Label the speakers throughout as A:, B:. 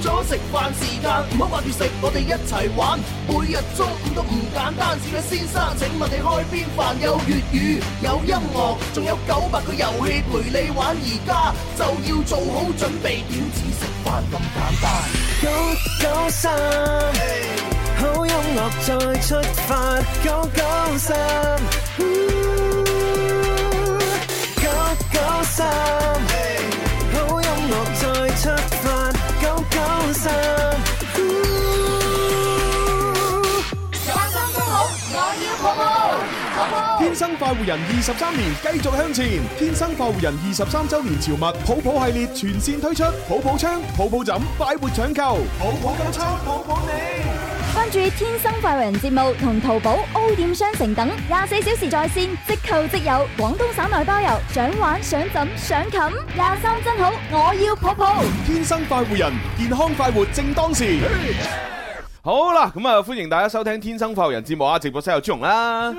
A: 咗食飯時間，唔好掛住食，我哋一齊玩。每日中午都唔簡單，是嘅先生，請問你開邊飯？有粵語，有音樂，仲有九百個遊戲陪你玩。而家就要做好準備，點止食飯咁簡單？
B: 九九三，好音樂再出發，九九三，九九三，好音樂再出發，九九三。
C: 天生快活人二十三年繼續向前，天生快活人二十三周年潮物抱抱系列全線推出，抱抱槍、抱抱枕，快活搶購，抱抱金槍，抱抱你。
D: 關注《天生快活人》節目同淘寶 O 店商城等廿四小時在線，即購即有，廣東省內包郵，想玩想枕想冚，廿三真好，我要抱抱。
C: 天生快活人，健康快活正當時。好啦，咁啊，歡迎大家收聽《天生快活人》節目啊！直播室有朱紅啦，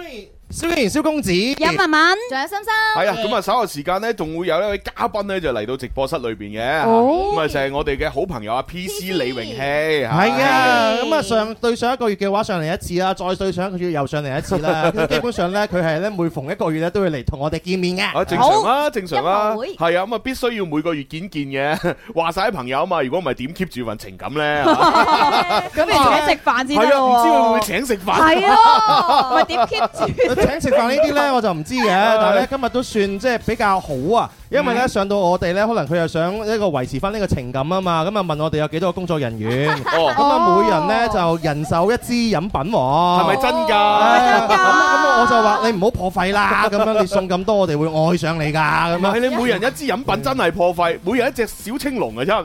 E: 蕭敬仁、蕭公子，有
D: 文文，仲有心心，
C: 係啊，咁啊，稍後時間呢，仲會有一位嘉賓呢，就嚟到直播室裏邊嘅，
E: 哦
C: 咁啊，就係我哋嘅好朋友啊，PC 李榮熙，係
E: 係啊，咁啊上對上一個月嘅話上嚟一次啦，再對上一個月又上嚟一次 啦。咁基本上咧，佢係咧每逢一個月咧都會嚟同我哋見 面嘅。
C: 啊，正常啦，正常
E: 音
C: 啦
E: 樂會，
C: 係啊，咁啊必須要每個月見見嘅， 話晒啲朋友啊嘛，如果唔係點 keep 住份情感 咧？係
F: 咁你請食飯先
C: 啊，
F: 得
C: 唔
F: 喎
C: 知會唔會請食飯？
F: 係啊咪點 keep 住
E: 請食飯呢 啲咧我就唔知嘅，但係咧今日都算即係比較好啊，因為咧上到我哋咧，可能佢又想一個維持翻呢個情感啊嘛，咁啊問我哋有幾多個工作人 員，
C: 哦
E: 咁啊每人咧就人手一支飲品喎，
C: 係咪真㗎？
E: 係 咁咁我就話你唔好破費啦，咁樣你送咁多我哋會愛上你㗎，咁
C: 唔係
E: 樣
C: 你每人一支飲品真係破費，每人一隻小青龍嘅真。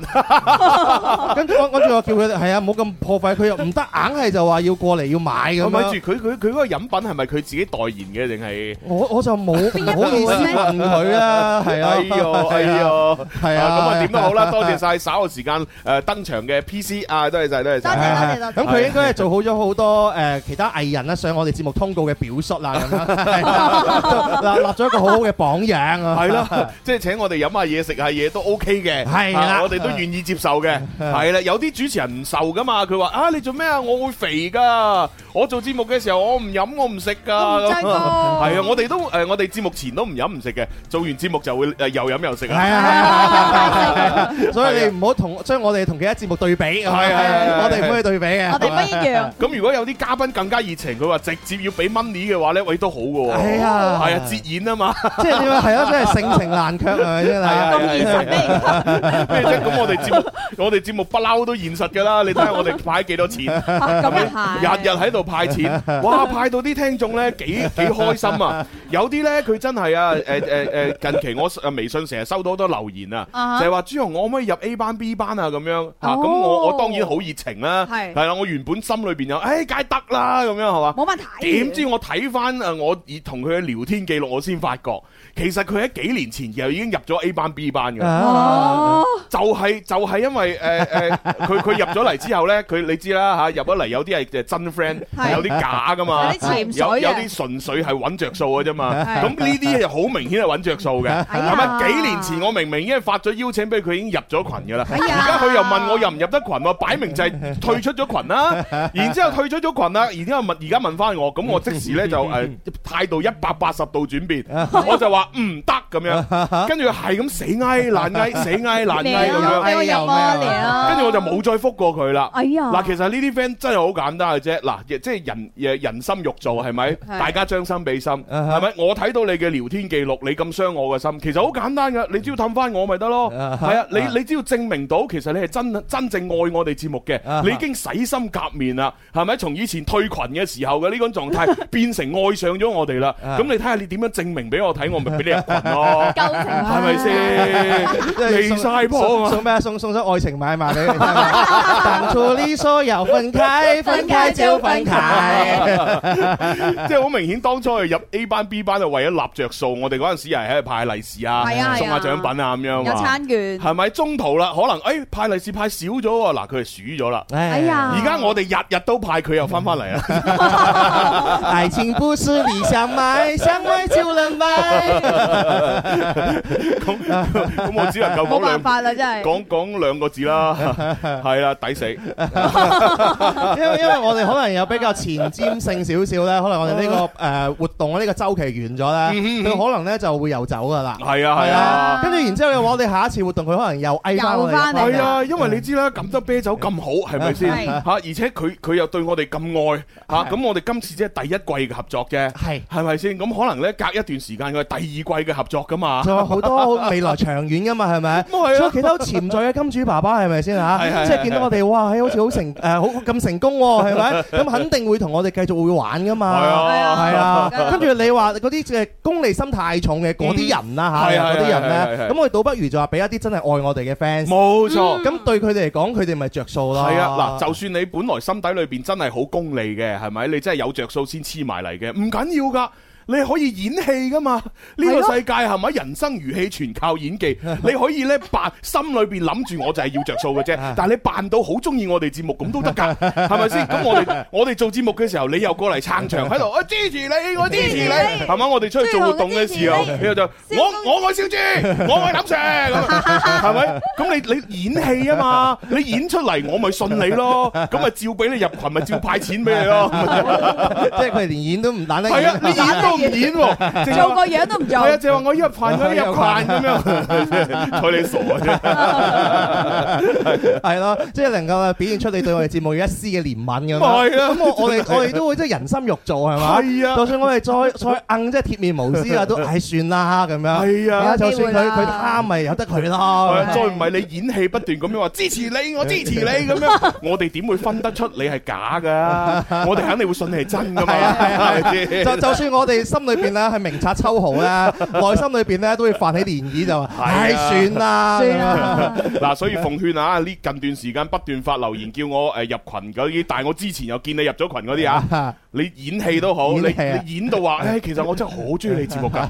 E: 跟住我跟住我叫佢哋係啊，冇咁破費，佢又唔得，硬係就話要過嚟要買咁
C: 咁咪
E: 樣。
C: 住佢佢佢嗰個飲品係咪佢自己代言嘅定係？
E: 我我就冇唔好意思問佢啦，係啊，
C: 哎呦哎
E: 係啊
C: 呦，
E: 係啊
C: 咁啊點都好啦，多謝晒稍後時間誒登場嘅 PC 啊，多謝晒，多謝晒，
E: 係係咁佢應該係做好咗好多誒其他藝人啦，上我哋節目通告嘅表述啦， 咁樣係啊立立咗一個好好嘅榜樣啊，
C: 係 啦，即係請我哋飲下嘢食下嘢都 OK 嘅，
E: 係啦
C: 啊我哋都願意接受嘅，係啦。有啲主持人唔受噶嘛，佢話啊你做咩啊？我會肥噶，我做節目嘅時候我唔飲我唔食噶，
E: 我唔制
C: 係
E: 㗎
C: 啊，我哋都誒我哋節目前都唔飲唔食嘅，做完節目就會誒又飲又食啊。
E: 係啊，係啊，所以你唔好同將我哋同其他節目對比，係
C: 係係係
E: 我哋唔可以對比嘅，
C: 咁如果有啲嘉賓更加熱情，佢話直接要俾 money 嘅話咧，喂都好嘅喎。
E: 係啊
C: 係啊，節演啊嘛。
E: 即係點啊？係啊，真係盛情難卻啊！真係
C: 咁現實咩啫？咁我哋節目，我哋節目不嬲都現實㗎啦。你睇下我哋派幾多錢，
E: 咁又
C: 日日喺度 派錢，哇！派到啲聽眾咧幾幾開心啊！有啲咧佢真係啊誒誒誒，近期我微信成日收到好多留言
G: 啊
C: 啊，
G: 哈
C: 就係話朱紅，我可唔可以入 A 班 B 班啊？咁樣嚇，咁
G: 哦
C: 我我當然好熱情啦，
G: 係
C: 係啦，我原本心裏邊有，誒梗係得啦，咁樣係嘛？
G: 冇問題
C: 點知我睇翻誒我以同佢嘅聊天記錄，我先發覺其實佢喺幾年前就已經入咗 A 班 B 班㗎。
E: 哦
C: 就係就係因為誒誒，佢佢入咗嚟之後咧，佢你知啦嚇，入咗嚟有啲係誒真 friend，
E: 係
C: 有啲假噶嘛，
E: 有啲潛水
C: 有
E: 嘅
C: 有啲純粹係揾着數嘅啫嘛。
E: 係
C: 咁呢啲係好明顯係揾着數嘅，
E: 呀
F: 啊
C: 係咪？幾啊年前我明明已經發咗邀請俾佢，已經入咗群㗎啦。而家佢又問我入唔入得群喎，擺明就係退出咗群啦。然之後退出咗群啦，然之後問而家問翻我，咁我即時咧就誒態度一百八十度轉變，我就話唔得咁樣，跟住佢係咁死嗌爛嗌死嗌爛
F: 嚟啊
C: 嗌咁 樣，
F: 俾我入啊嚟啊
C: 跟住我就冇再覆過佢啦。
F: 哎呀
C: 嗱，其實呢啲 friend 真係好簡單嘅啫。嗱，亦即係人誒人心肉做係咪？大家將心比心係咪？我睇到你嘅聊天記錄，你咁傷我嘅心，其實好簡單㗎。你只要氹翻我咪得咯。係啊，你你只要證明到其實你係真真正愛我哋節目嘅
G: 啊，
C: 你已經洗心革面啦，係咪？從以前退群嘅時候嘅呢種狀 態，變成愛上咗我哋啦。咁你睇下你點樣證明俾我睇，我咪俾你入群咯。係咪 先？離晒譜啊嘛！
E: 送咩？送送咗愛情買埋你。 當初你說要分開，分開就分開。
C: 即係好明顯，當初佢入 A 班 B 班就為咗立着數，我哋嗰陣時又係喺度派利是啊
F: 係啊係啊，
C: 送下獎品啊咁樣嘛
F: 有餐券
C: 係咪中途啦？可能誒派利是派少咗喎，嗱佢係鼠咗啦。
E: 哎呀
C: 而家我哋日日都派，佢又翻翻嚟啊 啦。
E: 愛情不是你想買，想買就能買。
C: 咁我只能夠
F: 冇
C: 講兩
F: 辦法啦，真係。
C: 講講兩個字啦，係啦，抵死。
E: 因為因為我哋可能有比較前瞻性少少咧，可能我哋呢個誒活動呢個周期完咗咧，佢可能咧就會遊走噶啦。
C: 係啊，係
E: 嗯係
C: 啊。
E: 啊，跟住然之後嘅話，我哋下一次活動佢可能又嗌翻我哋
F: 又返嚟
C: 係
F: 係
C: 啊，因為你知啦，咁多啤酒咁好，係咪先
F: 係
C: 嚇？而且佢佢又對我哋咁愛嚇，咁我哋今次即係第一季嘅合作啫，
E: 係啊
C: 係咪先？咁可能咧隔一段時間佢係第二季嘅合作噶嘛。
E: 仲有好多未來長遠 噶嘛，係咪？
C: 咁係啊
E: 所以其他潛在嘅金主爸爸係咪 先
C: 係
E: 嚇？
C: 係
E: 即係見到我哋哇，係好似 好成誒好咁成功喎，係咪？咁肯定會同我哋繼續會玩噶嘛。
C: 係啊
E: 係啊
F: 梗係。
E: 跟住你話嗰啲嘅功利心太重嘅嗰啲人啦
C: 嗯
E: 嚇，嗰啲
C: 係係
E: 人
C: 係係
E: 咧，
C: 係
E: 咁我哋倒不如就話俾一啲真係愛我哋嘅 fans。
C: 冇錯。
E: 咁對佢哋嚟講，佢哋咪着數咯。
C: 係啊，嗱，就算你本來心底裏邊真係好功利嘅，係咪？你真係有着數先黐埋嚟嘅，唔緊要噶。你可以演戲噶嘛？呢、個世界係咪人生如戲，全靠演 技？你可以咧扮心裏邊諗住我就係要着數嘅啫，但係你扮到好中意我哋節目咁都得 㗎，係咪先？咁我哋我哋做節目嘅時候，你又過嚟撐場喺度，我支持你，我支持你，係咪？我哋出去做活動嘅時候，你就我我愛小豬，我愛林 Sir 咁樣。 係咪？咁你你演戲啊嘛，你演出嚟我咪信你咯，咁咪照俾你入群，咪照派錢俾你咯。
E: 即係佢哋連演都唔懶得
C: 係啊，
E: 演。
C: 你演都唔演 喎，淨係
F: 做個樣都唔做。
C: 係啊，就話我入群，我入群咁 樣， 睬你傻啫。
E: 係咯，即係能夠表現出你對我哋節目有一絲嘅憐憫咁樣。
C: 係啊
E: 咁我我哋我哋都會即係人心肉做係嘛？
C: 係啊
E: 就算我哋再再硬即係鐵面無私 啊，都唉算啦咁樣。
C: 係啊
E: 就算佢
F: 有機會
E: 佢
F: 啦
E: 貪咪由得佢
C: 係
E: 咯
C: 啊。再唔係你演戲不斷咁樣話支持你，我支持你咁樣，我哋點會分得出你係假㗎？我哋肯定會信你係真㗎嘛，
E: 係啊係啊
C: 係咪先
E: 就就算我哋心裏邊咧係明察秋 毫咧，內心裏邊咧都會泛起漣漪，就話
C: 啊
E: 唉算啦，
F: 算啦，
C: 嗱，所以奉勸啊，呢近段時間不斷發留言叫我誒入群嗰啲，但係我之前又見你入咗群嗰啲 啊，你演戲都好，你
E: 演戲啊
C: 你演到話，誒哎其實我真係好中意你節目 㗎，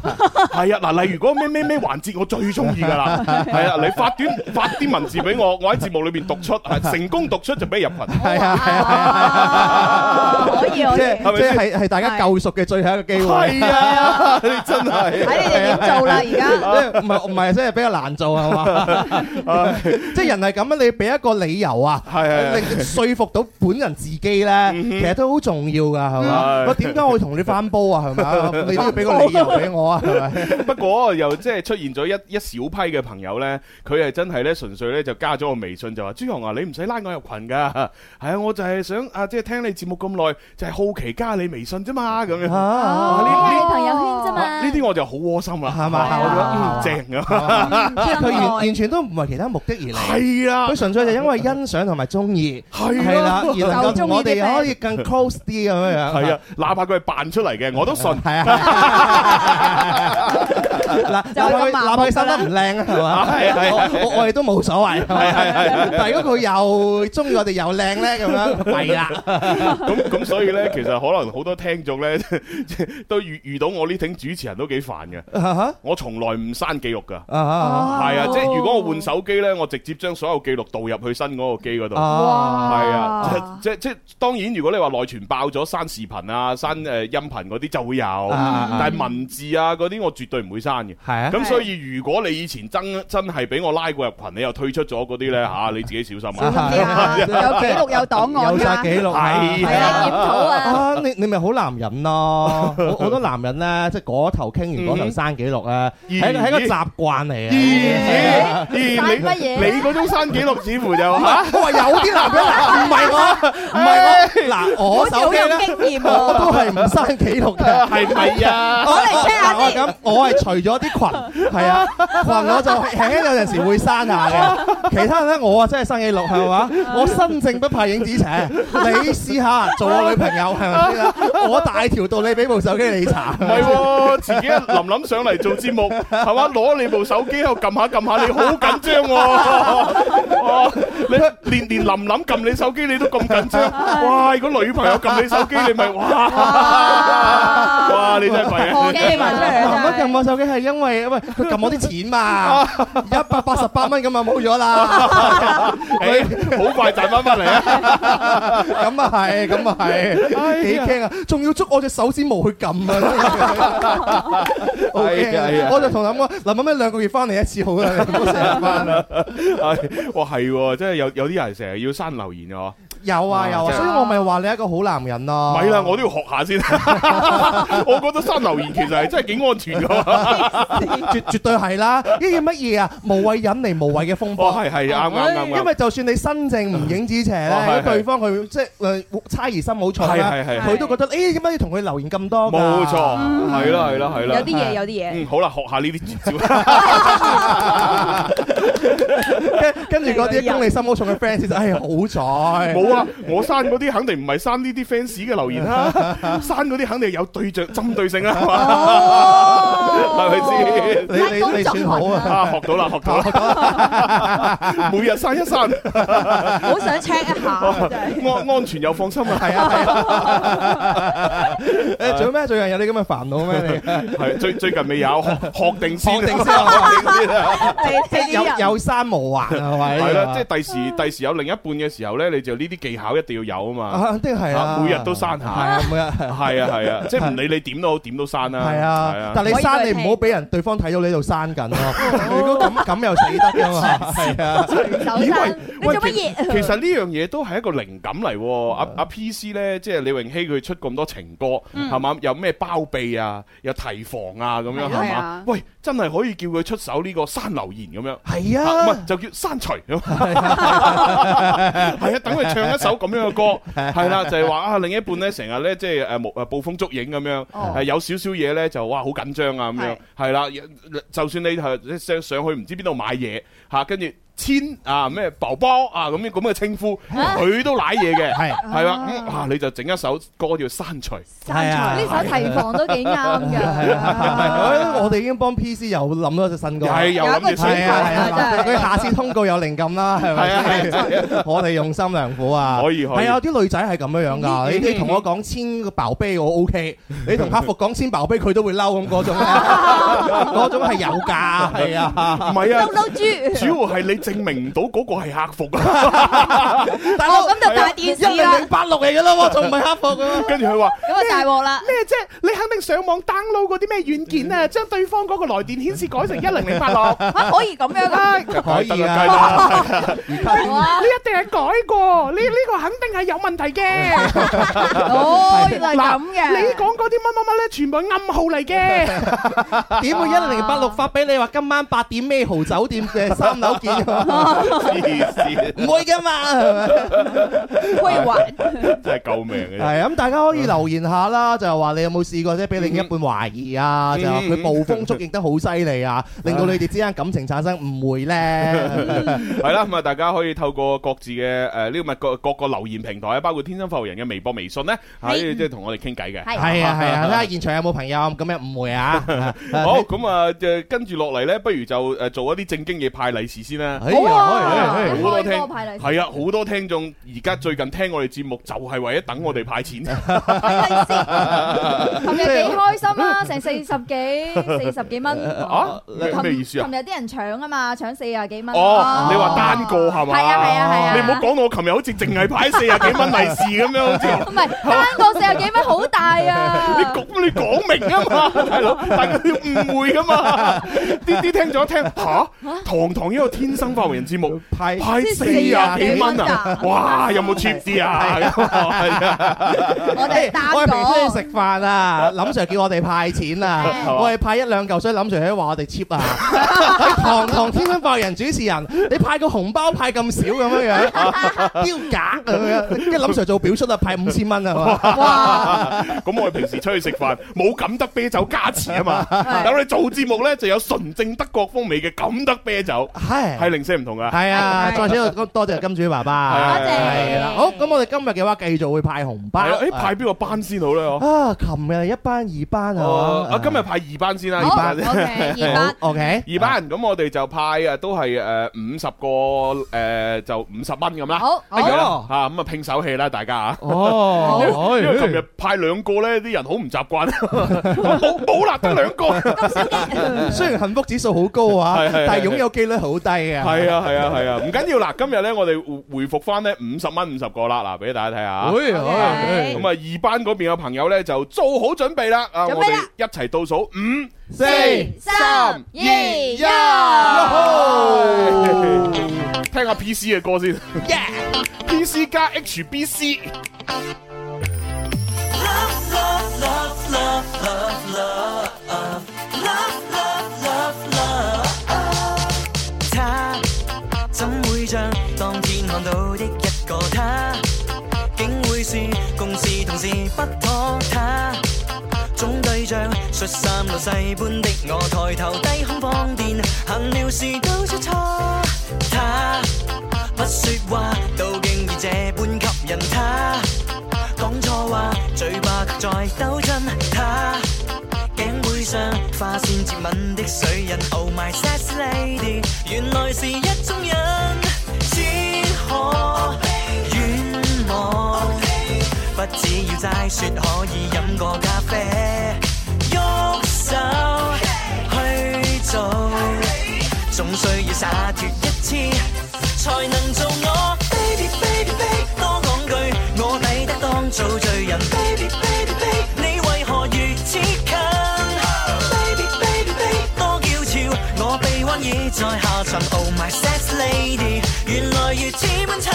C: 係啊，嗱，例如嗰個咩咩咩環節我最中意㗎 啦，係啊，你發短發啲文字俾我，我喺節目裏邊讀出，係成功讀出就俾你入群。
E: 係啊係啊。
F: 啊可以可
E: 即
F: 以。
E: 係
C: 係咪
E: 即
C: 先
E: 係係大家救贖嘅最後一個機會。
C: 係啊，你真係。
F: 睇你哋點做啦，而
C: 啊
E: 即
F: 家。
E: 係唔係唔係，真係比較難做 係嘛？即係人係咁樣，你俾一個理由啊，
C: 係係係
E: 令說服到本人自己咧，其實都好重要㗎係嘛
C: 嗯？
E: 我點解我會同你翻煲啊 係咪？你都要俾個理由俾我啊係咪？
C: 不過又即係出現咗一一小批嘅朋友呢，佢係真係呢，純粹呢就加咗我微信就話朱紅啊，你唔使拉我入群㗎， 係啊，我就係想啊，即係聽你節目咁耐，就係好奇加你微信啫嘛，咁 樣。
E: 啊
C: 呢
F: 哦
C: 呢
D: 哦朋友圈啫嘛
C: 啊呢啲我就好窩心啦，
E: 係嘛
C: 我覺
E: 係嘛
C: 得嗯正啊，
E: 即係佢完
F: 真愛
E: 完全都唔係其他目的而嚟，
C: 係啊啦
E: 佢，純粹就因為欣賞同埋中意
C: 係啊
E: 係啦，而能夠
F: 就中
E: 同
F: 意啲
E: 我哋
F: friend
E: 可以更 close 啲咁樣樣。
C: 係啊，哪怕佢係扮出嚟嘅，我都信。
E: 係啊，嗱，
F: 就
E: 哪怕佢
F: 係咁麻
E: 哪怕
F: 木
E: 佢生得唔靚啊，係嘛？
C: 係係係
E: 我我我哋都冇所謂，係係係。但係如果佢又中意我哋又靚咧，咁樣係啦，
C: 咁咁所以呢，其實可能好多聽眾呢， 都遇遇到我呢挺主持人都幾煩嘅，
E: 啊
C: 我從來唔刪記錄㗎。
E: 哈啊
C: 係啊，即係如果我換手機呢，我直接將所有記錄導入去新嗰個機嗰度。
E: 哈啊！
C: 係啊，即即即當然，如果你話內存爆咗，刪視頻啊、刪誒音頻嗰啲就會有，
E: 啊
C: 但係文字啊嗰啲我絕對唔會刪嘅。
E: 係啊，
C: 咁所以如果你以前真真係俾我拉過入群，你又退出咗嗰啲呢，嚇，你自己小心
F: 小
C: 啊！
F: 心啲啊！有記錄有檔案㗎。
E: 有晒記錄
C: 係
F: 係啊
D: 檢討啊！
E: 啊！你你咪好男人咯，好好多男人咧，即係嗰頭傾完嗰頭刪記錄咧，
C: 嗯
E: 係係個習慣嚟
C: 咦
E: 嘅。
C: 咦咦
D: 刪乜嘢
C: 你你嗰種刪記錄似乎就嚇，
E: 我話有啲男人唔係我，唔係我，嗱我
F: 好似
E: 手
F: 好
E: 機
F: 有
E: 咧。
F: 經驗
E: 我
F: 喎。
E: 都係唔生記錄嘅。
C: 係咪啊？
F: 我嚟 check 下
E: 嗱 我
F: 先
E: 咁，我係除咗啲裙，係啊，裙我就輕輕有陣時會刪下嘅。其他人咧，我啊真係生記錄係 嘛？我身正不怕影子斜，你試下做我女朋友係咪 先啊？我大條道理俾部手機你 查
C: 唔。係喎，自己林林上嚟做節目，係嘛？攞你部手機喺度撳下撳下，你好緊張喎！哇你連連林林撳你手機你都咁緊張，哇！如果女朋友撳你手機，你咪哇！哇！你真係弊啊！
F: 學機埋出
E: 媽
F: 嚟啊
E: 媽撳我手機係因為喂佢撳我啲錢 嘛，一百八十八蚊咁啊冇咗啦，
C: 誒，哎好快賺翻翻嚟啊！
E: 咁啊係，咁啊係，幾驚啊！仲要捉我隻手指毛去撳啊！ O
C: 係
E: K，
C: 啊
E: 我就同諗講，諗諗一兩個月翻嚟一次好啦， 唔好成日翻啦。
C: 係哎哇係喎，真係有有啲人成日要刪留言啊！
E: 有啊有啊，
C: 真係
E: 所以我咪話你係一個好男人咯。
C: 咪啦，我都要學下先。 我覺得刪留言其實係真係幾安全噶。
E: 絕 絕對係啦，呢啲乜嘢啊？無謂引嚟無謂嘅風
C: 哦，
E: 波。
C: 係係啱啱啱啱。
E: 因為就算你身正唔影子邪
C: 哦係
E: 咧，如果對方佢即係誒猜疑心好重啦
C: 係係係
E: 佢都覺得誒點解要同佢留言咁多㗎？
C: 冇錯，係啦係啦係啦。
F: 有啲嘢，有啲嘢。
C: 嗯，好啦，學下呢啲絕招。
E: 跟跟住嗰啲功利心好重嘅 fans 就哎呀好在
C: 冇啊，我刪嗰啲肯定唔係刪呢啲 fans 嘅留言 啦，刪嗰啲肯定係有對象針對性啦，係嘛？
E: 哦
C: 係咪 先？
E: 你你你算好啊！
C: 啊，學到啦，學到啦， 每日刪一刪，
F: 好想 check 一下，真係。
C: 安安全又放心啊。
E: 啊係啊係啊！誒做咩最近有啲咁嘅煩惱咩？ 你
C: 係最最近未有，學 學定先，啊
E: 學定
C: 學定
E: 先
C: 先啊！
F: 你你
E: 有
F: 啲人
E: 有山無啊環係咪？
C: 係啦，即係第
E: 嗯
C: 時第時有另一半嘅時候咧，你就呢啲技巧一定要有啊 嘛。
E: 啊肯定係啦
C: 啊，每日都刪下
E: 係啊，每日。
C: 係 啊係啊，即係唔理你點都好，點都刪啦。
E: 係
C: 係
E: 啊，但你刪你唔好俾人對方睇到你喺度刪緊咯。如果咁 咁又死得㗎嘛，係啊，
D: 手生，你做乜嘢？
C: 其實呢樣嘢都係一個靈感嚟喎，阿阿 PC 咧，即係李榮希佢出咁多情歌，係嘛？有咩包庇啊，有提防啊，咁樣
F: 係
C: 係
F: 啊係
C: 嘛
F: 啊？
C: 喂，真係可以叫佢出手呢個刪留言咁樣。
E: 係
C: 啊唔
E: 啊
C: 係。就叫刪除咁，係啊，等佢唱一首咁樣嘅歌，係啦，就係話啊，另一半咧成日咧即係誒無誒捕風捉影咁樣，
F: 哦
C: 誒有少少嘢咧就哇好緊張啊咁樣
F: 係，
C: 係啦，就算你係上上去唔知邊度買嘢嚇，跟住。千啊咩寶寶啊咁樣咁嘅稱呼，佢都舐嘢嘅，
E: 係
C: 係啦，嗯啊你就整一首歌叫刪除，
E: 係啊
D: 呢首提防都幾啱
E: 係啊係啊我覺
D: 㗎。
E: 得我哋已經幫 PC 又諗到一隻新歌，
C: 係又諗
F: 有一個
C: 住
F: 轉
C: 刪
E: 係
F: 變
C: 除，
E: 啊係啊，
F: 真係
E: 佢下次通告有靈感啦，係
C: 係啊
E: 咪
C: 係啊係
E: 先？ 我哋用心良苦啊，
C: 可以可以
E: 係啊，有啲女仔係咁樣樣㗎，你你同我講千個爆杯我 OK，你同客服講千爆杯佢都會嬲咁嗰種，啊嗰種係有㗎，係啊。
C: 唔係
D: 嬲
C: 啊，
D: 嬲豬，
C: 主要係你證明唔到嗰個係客服啊。
E: 大佬啊
F: 哦咁就大電視啦
E: 一零零八六嚟㗎啦喎，仲唔係客服㗎？
C: 跟住佢話
F: 咁啊大 鑊啦！
C: 咩啫？你肯定上網 download 嗰啲咩軟件啊，將對方嗰個來電顯示改成一零零八 六。
F: 啊可以咁樣啊？
E: 可以啊
C: 啊！
F: 哇！
C: 一定係改過，呢呢個肯定係有問題嘅。
F: 哦，原來咁嘅。
C: 講嗰啲乜乜乜咧，全部係暗號嚟嘅。
E: 點會一零零八六發俾你話今晚八點咩豪酒店嘅三樓見㗎？
C: 黐線，
E: 唔會㗎嘛，係咪？
F: 你歸還
C: 真係啊救命嘅。
E: 係咁，大家可以留言下啦，就係話你有冇試過即係俾另一半懷疑啊？
C: 嗯
E: 就話佢捕風捉影得好犀 利啊，令到你哋之間感情產生誤會咧。
C: 係啦，咁啊，大家可以透過各自嘅誒呢個咪各各個留言平台啊，包括天生浮人嘅微博、微信咧，喺即係同我哋傾偈嘅。
E: 係啊係啊，睇下現場有冇朋友咁嘅誤會啊？
C: 好，咁啊，誒跟住落嚟咧，不如就誒做一啲正經嘢派利是先啦。
E: 哎
D: 好
E: 呀，
D: 啊！
E: 哎
C: 好多聽
D: 開波派利 是，
C: 係啊，好多聽眾而家最近聽我哋節目，就係為咗等我哋派 錢。啊
D: 琴日幾開心 啊！成四十幾、四十幾蚊
C: 啊，咩咩意思啊
D: 琴？日啲人搶啊嘛，搶四十幾蚊。啊
C: 哦，你話單個係嘛？
D: 係啊係啊係啊
C: 你唔好講到我琴日好似淨係派四十幾蚊利是咁樣，好 似。
D: 唔係單個四十幾蚊好大啊！
C: 你講你講明啊嘛，大佬，大家要誤會噶嘛。 啲啲聽咗一聽吓，堂堂一個天生發人節目。
E: 派
C: 派四啊幾蚊啊！哇，有冇 cheap 啲啊？係啊
D: 我哋單
E: 我哋平時出
D: 個
E: 去食飯啊，林 Sir 叫我哋派錢啊，
C: 嘛
E: 我哋派一兩嚿水，林 Sir 喺話我哋 cheap 啊。 你堂堂天生發人主持人，你派個紅包派咁少咁樣樣，丟架咁樣，跟住林 Sir 做表出啊，派五千蚊啊嘛。
C: 咁我哋平時出去食飯冇錦德啤酒加持啊嘛，但我哋做節目咧就有純正德國風味嘅錦德啤酒，係
E: 係
C: 零舍唔同噶。
E: 係啊，再者多謝金主爸爸，
C: 多謝
E: 係啦。好，咁我哋今日嘅話繼續會派紅包。
C: 係啊，誒派邊個班先好咧？我
E: 啊，琴日係一班二班
C: 哦
E: 啊，
C: 啊今日派二班先啦，
F: 好
C: 二班。
F: ，OK，二八
E: OK
C: 二班咁我哋就派啊，都係誒五十個誒就五十蚊咁啦。
F: 好
C: 係
F: 好
C: 啦嚇咁啊拼手氣啦，大家啊！
E: 哦，
C: 因為琴日派兩個咧，啲人好唔習慣， 冇冇啦，得兩個。
E: 雖然幸福指數好高啊，
C: 係係係
E: 但係擁有機率好低嘅。
C: 系啊系啊系啊，唔緊要啦。今日咧，我哋回回復翻咧五十蚊五十個啦，嗱，俾大家睇下。
E: 哎呀
F: 哎
C: 咁啊，二班嗰邊嘅朋友咧就做好準備啦。啊，
F: 準備啦
C: 我哋一齊倒數 五。
E: 四
F: 三二一
C: 聽下 PC 嘅歌先。PC 加 HBC。
B: 他怎會像當天看到的一個他？竟會是共事同事不妥他。總對象恤三老細般的我，抬頭低空放電，行了事都出錯。他不說話，都竟已這般吸引他。講錯話，嘴巴卻在抖震他。頸背上花線接吻的水印，Oh my sexy lady，原來是一種癮，只可冤枉。不只要齋說可以飲個咖啡，喐手去做，總需要灑脱一次，才能做我。Baby baby baby，多講句，我抵得當做罪人。Baby baby baby，你為何如此近？Baby baby baby，多嬌俏，我臂彎已在下沉。Oh my sexy lady，原來如此溫襯。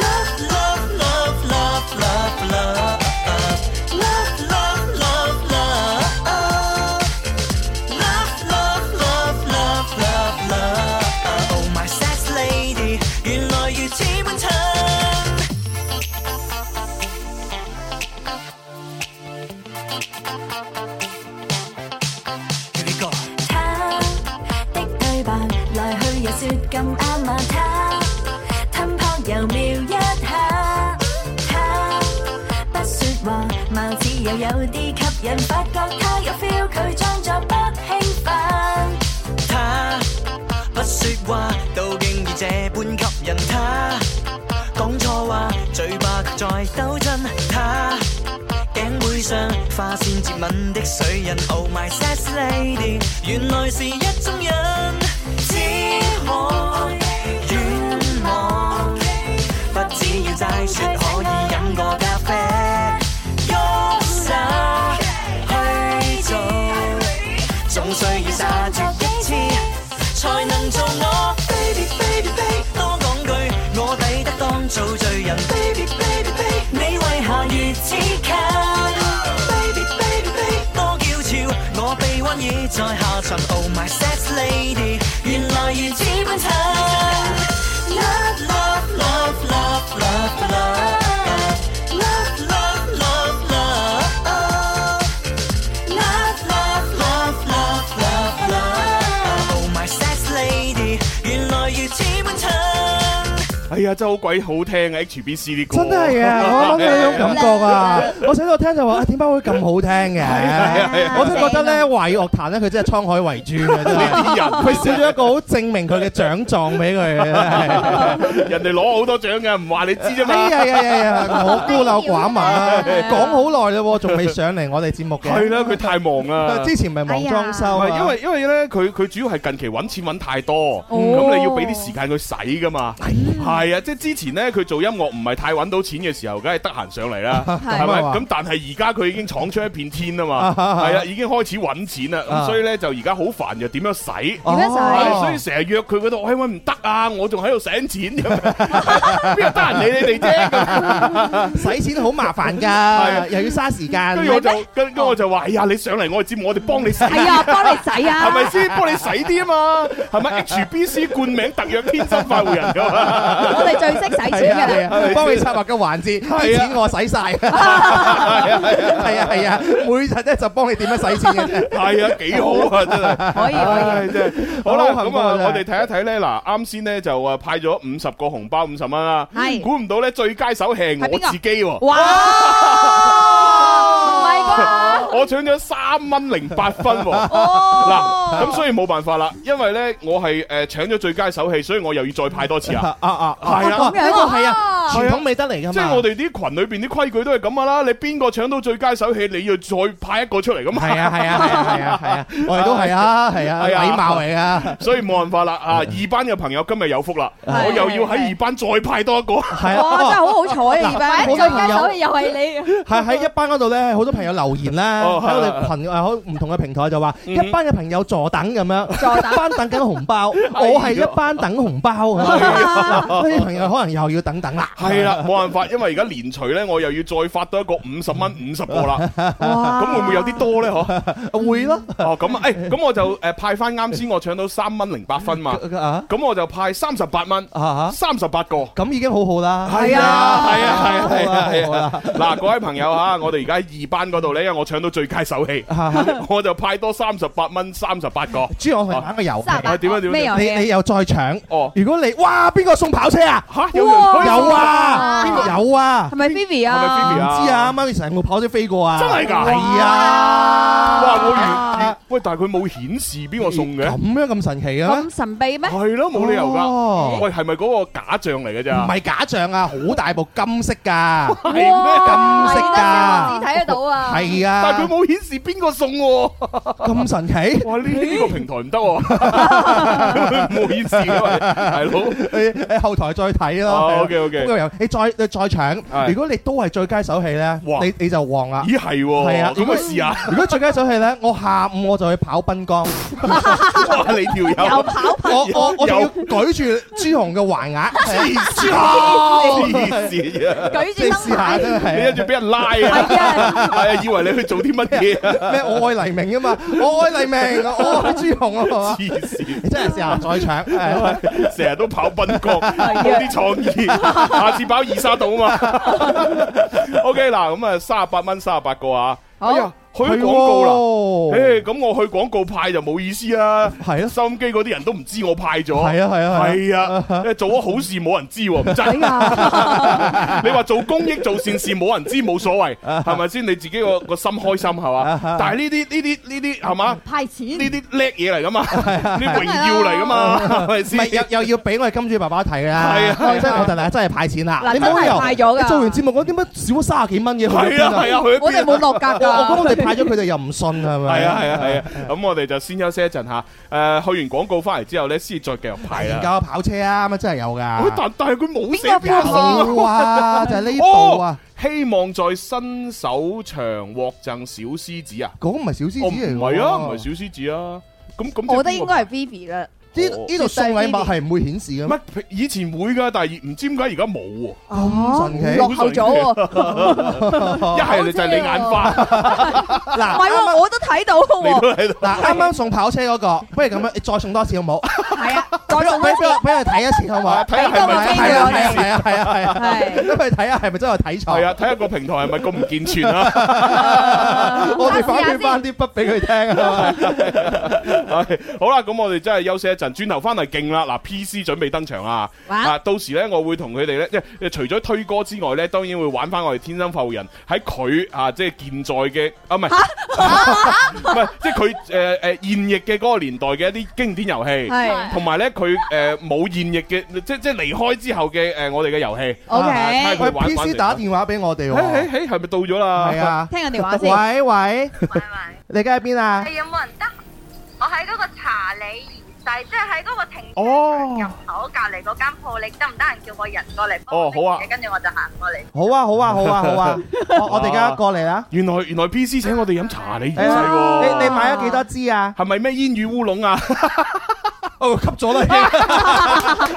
B: Love love love love love love love love love love love love love love love love Oh my sexy lady，原來如此溫襯。
G: 他的對白來去又說咁啱嘛，他吞泡又瞄一下，他不說話，貌似又有啲吸引，發覺他有 feel，佢裝作不興奮。
B: 他不說話，都竟已這般吸引他。講錯話，嘴巴卻在抖震他。頸背上花線接吻的水印，Oh my sexy lady，原來是一種癮，只可願望。不只要齋說可以飲個咖啡，喐手去做，總需要灑脱一次，才能做我。Baby baby baby，多講句，我抵得當做罪人。Baby baby baby，你為何如此近？Baby baby baby，多嬌俏，我臂彎已在下沉。Oh my sexy lady，原來如此溫襯。Love, love, love, love, love, love. Love, love, love, love. Love, love, love, love, love, love. Oh, my sexy lady，原來如此溫襯。
C: 哎呀，真係好鬼好聽啊！HBC 呢個
E: 真係啊！我諗你有種感覺啊！我喺度聽就話啊，點解會咁好聽嘅？我真係覺得咧，華語樂壇咧，佢真係滄海遺珠嘅，真
C: 呢
E: 係。
C: 啲人，
E: 佢少咗一個好證明佢嘅獎狀俾佢嘅。
C: 人哋攞好多獎嘅，唔話你知啫嘛。
E: 哎呀呀呀呀！我孤陋寡聞啦，講好耐啦喎，仲未上嚟我哋節目
C: 係
E: 嘅。
C: 啦，佢太忙啊 啦。
E: 之前咪忙裝修
C: 唔
E: 啊，
C: 係因為因為咧，佢佢主要係近期揾錢揾太多，咁你要俾啲時間佢使噶嘛。係啊，即係之前咧，佢做音樂唔係太揾到錢嘅時候，梗係得閒上嚟啦，係咪？
E: 咁啊
C: 咁但係而家佢已經闖出一片天啊嘛，
E: 啊
C: 係啊，已經開始揾錢啦。
E: 啊
C: 咁所以咧，就而家好煩，就點樣使？
E: 哦
F: 點樣使
C: 係所以成日約佢嗰度，喂喂唔得啊！我仲喺度省錢咁樣，邊有得閒理你哋啫？咁
E: 使錢好麻煩
C: 啊
E: 㗎，又要嘥時間。啊
C: 跟住我就跟跟我就話：哎呀，你上嚟我哋節目，我哋幫你使。
F: 係啊，幫你仔 啊，
C: 係咪先？幫你使啲啊嘛，係咪 HBC 冠名特約天生快活人㗎嘛？
F: 我哋最識使
E: 係
F: 錢
E: 啊
F: 㗎
E: 係
F: 啦。
E: 啊，幫你策劃嘅環節，啲錢我使晒。 係啊係啊係啊，每日咧就幫你點樣使錢嘅啫。
C: 係啊，幾好啊，真係。
F: 可以可
C: 唉，
F: 以，
C: 真係好啦，
E: 好幸
C: 咁
E: 福
C: 啊
E: 啊，
C: 我哋睇一睇咧，嗱，啱先咧就啊派咗五十個紅包五十蚊啦，
F: 係
C: 估唔到咧最佳手係我
F: 係邊個
C: 自己喎。
F: 哇！唔係啩？
C: 我搶咗三蚊零八分 喎。
F: 哦
C: 嗱，咁所以冇辦法啦，因為咧我係誒搶咗最佳手氣，所以我又要再派多 次啊。
E: 啊啊啊，
C: 係啊
E: 哇呢個係
F: 啊
E: 啊，傳統美德嚟㗎嘛。
C: 即係我哋啲群裏邊啲規矩都係咁噶啦，你邊個搶到最佳手氣，你要再派一個出嚟咁
E: 係啊係啊係啊係啊係啊，我哋都係啊係啊，
C: 係啊
E: 禮貌嚟㗎。
C: 所以冇辦 法啦，啊二班嘅朋友今日有福啦，
F: 係
C: 我又要喺二班再派多一個。
E: 係啊，
F: 哇，真係好好彩啊！
E: 嗱
F: 而家
E: 好多朋友
F: 又係你，
E: 係喺一班嗰度咧，好多朋友留言啦，
C: 哦
E: 喺我哋群啊誒好唔同嘅平台就話
C: 嗯
E: 一班嘅朋友坐等咁樣，坐等班等緊 紅包，我係一班等紅包咁樣嗱 呢啲朋友可能又要等等啦。
C: 哎係啊啦，冇辦法，因為而家連除咧，我又要再發多一個五十 蚊五十個啦，
F: 哇！
C: 咁會唔會有啲多咧？嗬，
E: 會咯
C: 哦咁啊，誒咁我就誒派翻啱先我搶到三蚊零八分 嘛，
E: 啊
C: 咁我就派三十八蚊，
E: 啊啊
C: 三十八個。
E: 咁已經好好啦。
C: 係啊，係啊，係
E: 好
C: 啊，
E: 啦
C: 係
E: 好啦
C: 啊！嗱，各位朋友啊，我哋而家喺二班嗰度咧，因為我搶到最佳手 氣，我就派多三十八蚊，三十八個。
E: 啊朱我同玩個遊
F: 三十
E: 戲，
F: 八
C: 點啊點啊
F: 咩遊
E: 你你
F: 戲？
E: 又再搶
C: 哦
E: 如果你哇邊個送跑車啊？
C: 吓，有人
F: 哇
C: 推
E: 有啊，
F: 邊個
E: 有啊
F: 係，咪 Vivi
C: 係咪
F: 啊？
E: 唔
C: Vivi 啊
E: 知啊，啱啱成部跑車飛過啊，
C: 真係㗎
E: 係啊，
C: 哇！我原喂，但係佢冇顯示邊個送嘅
E: 咁，樣咁神奇嘅咩？
F: 咁神秘咩？
C: 係咯，冇理由
E: 哦
C: 㗎。喂，係咪嗰個假象嚟嘅咋？
E: 唔係假象啊，好大部金色㗎，
C: 係咩？
E: 金色㗎
F: 哇只睇得到啊！
E: 係
C: 但係佢
E: 啊，
C: 冇顯示邊個送喎。
E: 咁神奇。
C: 哇！呢呢個平台唔得 喎，冇顯示嘅，係咯。
E: 你你後台再睇咯。
C: 哦，OK，OK
E: 咁個遊戲你再你再搶，
C: 係
E: 如果你都係最佳手氣咧，
C: 哇
E: 你你就旺啦。
C: 咦係
E: 係啊
C: 喎，咁
E: 如
C: 咪
E: 果
C: 試下。
E: 如果最佳手氣咧，我下午我就去跑濱 江，
C: 哇！你條友
F: 又跑跑
E: 我我我仲要
C: 有啊
E: 舉住朱紅嘅橫額，
C: 黐線啊！
F: 舉
E: 你
F: 住
E: 試
F: 燈
E: 下
F: 牌，
E: 真
C: 你
E: 係
C: 一。住俾人拉啊！
F: 係啊！
C: 係啊，以為你去做啲乜嘢？
E: 咩？我愛黎明啊嘛，我愛黎明，我愛朱紅啊嘛。
C: 黐線！
E: 你真係試下再 搶，係
C: 成日都跑奔 江，
E: 啊
C: 冇啲創意。下次跑二沙島啊嘛。OK 嗱，咁啊，三十八蚊，三十八個啊。
F: 好
C: 哎呀，去廣告啦。
E: 啦
C: 誒，咁我去廣告派就冇意思啊。
E: 係啊
C: 收音機嗰啲人都唔知我派咗。
E: 係啊係啊
C: 係 啊，誒做咗好事冇人知喎，唔真。你話做公益做善事冇人知冇所 謂，係咪先？你自己個個心開心係
E: 啊
C: 嘛？但係呢啲呢啲呢啲係嘛？
F: 派錢
C: 呢啲叻嘢嚟噶 嘛，呢榮耀嚟噶嘛，係咪
E: 啊唔係
C: 先？
E: 又又要俾我哋金主爸爸睇啦，
C: 係啊係啊
E: 真係我哋真係派錢啦，
F: 嗱
E: 你冇理
F: 真
E: 由
F: 係派咗㗎
E: 你做完節目，我點解少咗三十幾蚊嘅？去咗
C: 係
E: 邊
C: 啊係啊，去咗
F: 我哋
C: 邊
F: 冇
C: 啊？
F: 落格
E: 我我
F: 㗎
E: 覺。得我哋派咗佢哋又唔信係咪？
C: 係啊係啊係啊，咁我哋就先休息一陣嚇，誒去完廣告翻嚟之後咧，先再繼續派
E: 研
C: 啦
E: 究。下跑車啊，咁真係有
C: 喂
E: 㗎。
C: 但但係佢冇寫
F: 邊個
C: 邊個送啊
E: 有啊，就係呢度
C: 哦
E: 啊，，
C: 希望在新手場獲贈小獅子啊！
E: 嗰個唔係小獅子
C: 我唔
E: 嚟㗎喎
C: 係啊，唔係小獅子啊，咁咁即係邊個，
F: 我覺得應該係 Vivi 啦。
E: 呢呢度送禮物係唔會顯示嘅
C: 唔
E: 咩？
C: 係以前會㗎，但係唔知點解而家冇喎。
E: 咁神奇
F: 落後咗喎，
C: 一係你就係你眼花，
F: 唔
E: 嗱
F: 係喎，我都睇到
C: 你
F: 喎，
C: 都喺度。
E: 嗱，啱啱送跑車嗰個，不如咁樣，你再送多次好冇？
F: 係啊，再
E: 俾我
F: 送
E: 俾
F: 多
E: 俾我
F: 次，
E: 俾我睇一次好冇？
C: 睇下
F: 俾
C: 係
F: 多
C: 咪
F: 個
E: 係啊
F: 機
E: 係
F: 會
E: 啊
F: 我哋，
E: 係啊係啊係啊！
F: 係
E: 咁佢睇下係咪真係睇錯？
C: 係啊，睇下個平台係咪咁唔健全啊！
E: 我哋反面翻啲筆俾佢聽啊！
C: 係好啦，咁我哋真係休息一陣，轉頭翻嚟勁啦！嗱，PC 準備登場啊！
F: 哇
C: 啊，到時呢，我會同佢哋呢，即係除咗推歌之外呢，當然會玩翻我哋天生浮人喺佢啊，即係健在嘅啊，唔係 唔係，即係佢誒誒現役嘅嗰個年代嘅一啲經典遊戲，
F: 係
C: 同埋呢，佢誒冇現役嘅，即即係離開之後嘅誒我哋嘅遊戲。
E: 啊
F: ，OK，
E: 喂，PC 打電話俾我哋
C: 誒
E: 喎，
C: 誒誒，係咪到咗啦？
E: 啊係啊。
F: 聽個電話先。
E: 喂喂，
H: 喂喂，
E: 你而家喺邊啊？
H: 係有冇人得？我喺嗰個查理二世，即係喺嗰個停車
C: 哦
H: 場入口隔離嗰間鋪，你得唔得閒叫個人過嚟幫
C: 哦
H: 我
C: 好啊
H: 拎嘢跟住我就行過嚟。
E: 好啊好啊好啊好 啊！我我哋而家過嚟啦。
C: 原來原來 PC 請我哋飲茶你唔使
E: 誒
C: 喎，
E: 啊你你買咗幾多支啊？
C: 係咪咩煙雨烏龍啊？
E: 哦，吸咗啦。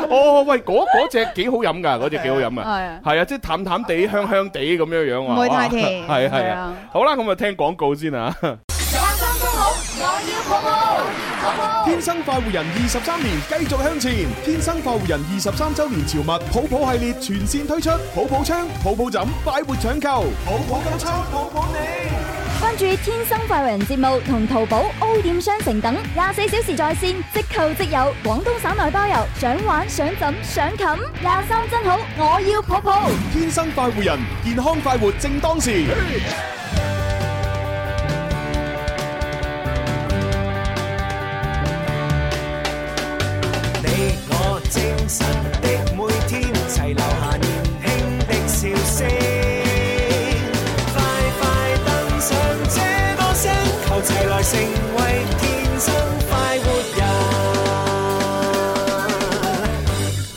C: 哦，喂，嗰嗰只幾好 飲㗎，嗰只幾好飲
F: 係
C: 啊
F: 啊，
C: 係啊，即係淡淡地、香香地咁樣樣啊，
F: 唔會太
C: 哇
F: 甜
C: 係係
F: 係
C: 啊
F: 啊，
C: 好啦，咁啊聽廣告先啊。
I: 天生快活人二十三年繼續向前，天生快活人二十三周年潮物抱抱系列全線推出，抱抱槍、抱抱枕，快活搶購，抱抱咁抽，抱抱你。
D: 關注「天生快活人」節目同淘寶 O 店商城等廿四小時在線，即購即有，廣東省內包郵，想玩想枕想冚，廿三真好，我要抱抱。
I: 天生快活人，健康快活正當時。
B: 才成為天生快活人。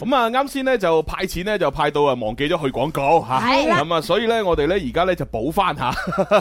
C: 咁啊，啱先咧就派錢咧就派到啊，忘記咗去廣告嚇。
E: 係啦
C: 咁啊，所以咧我哋咧而家咧就補翻嚇。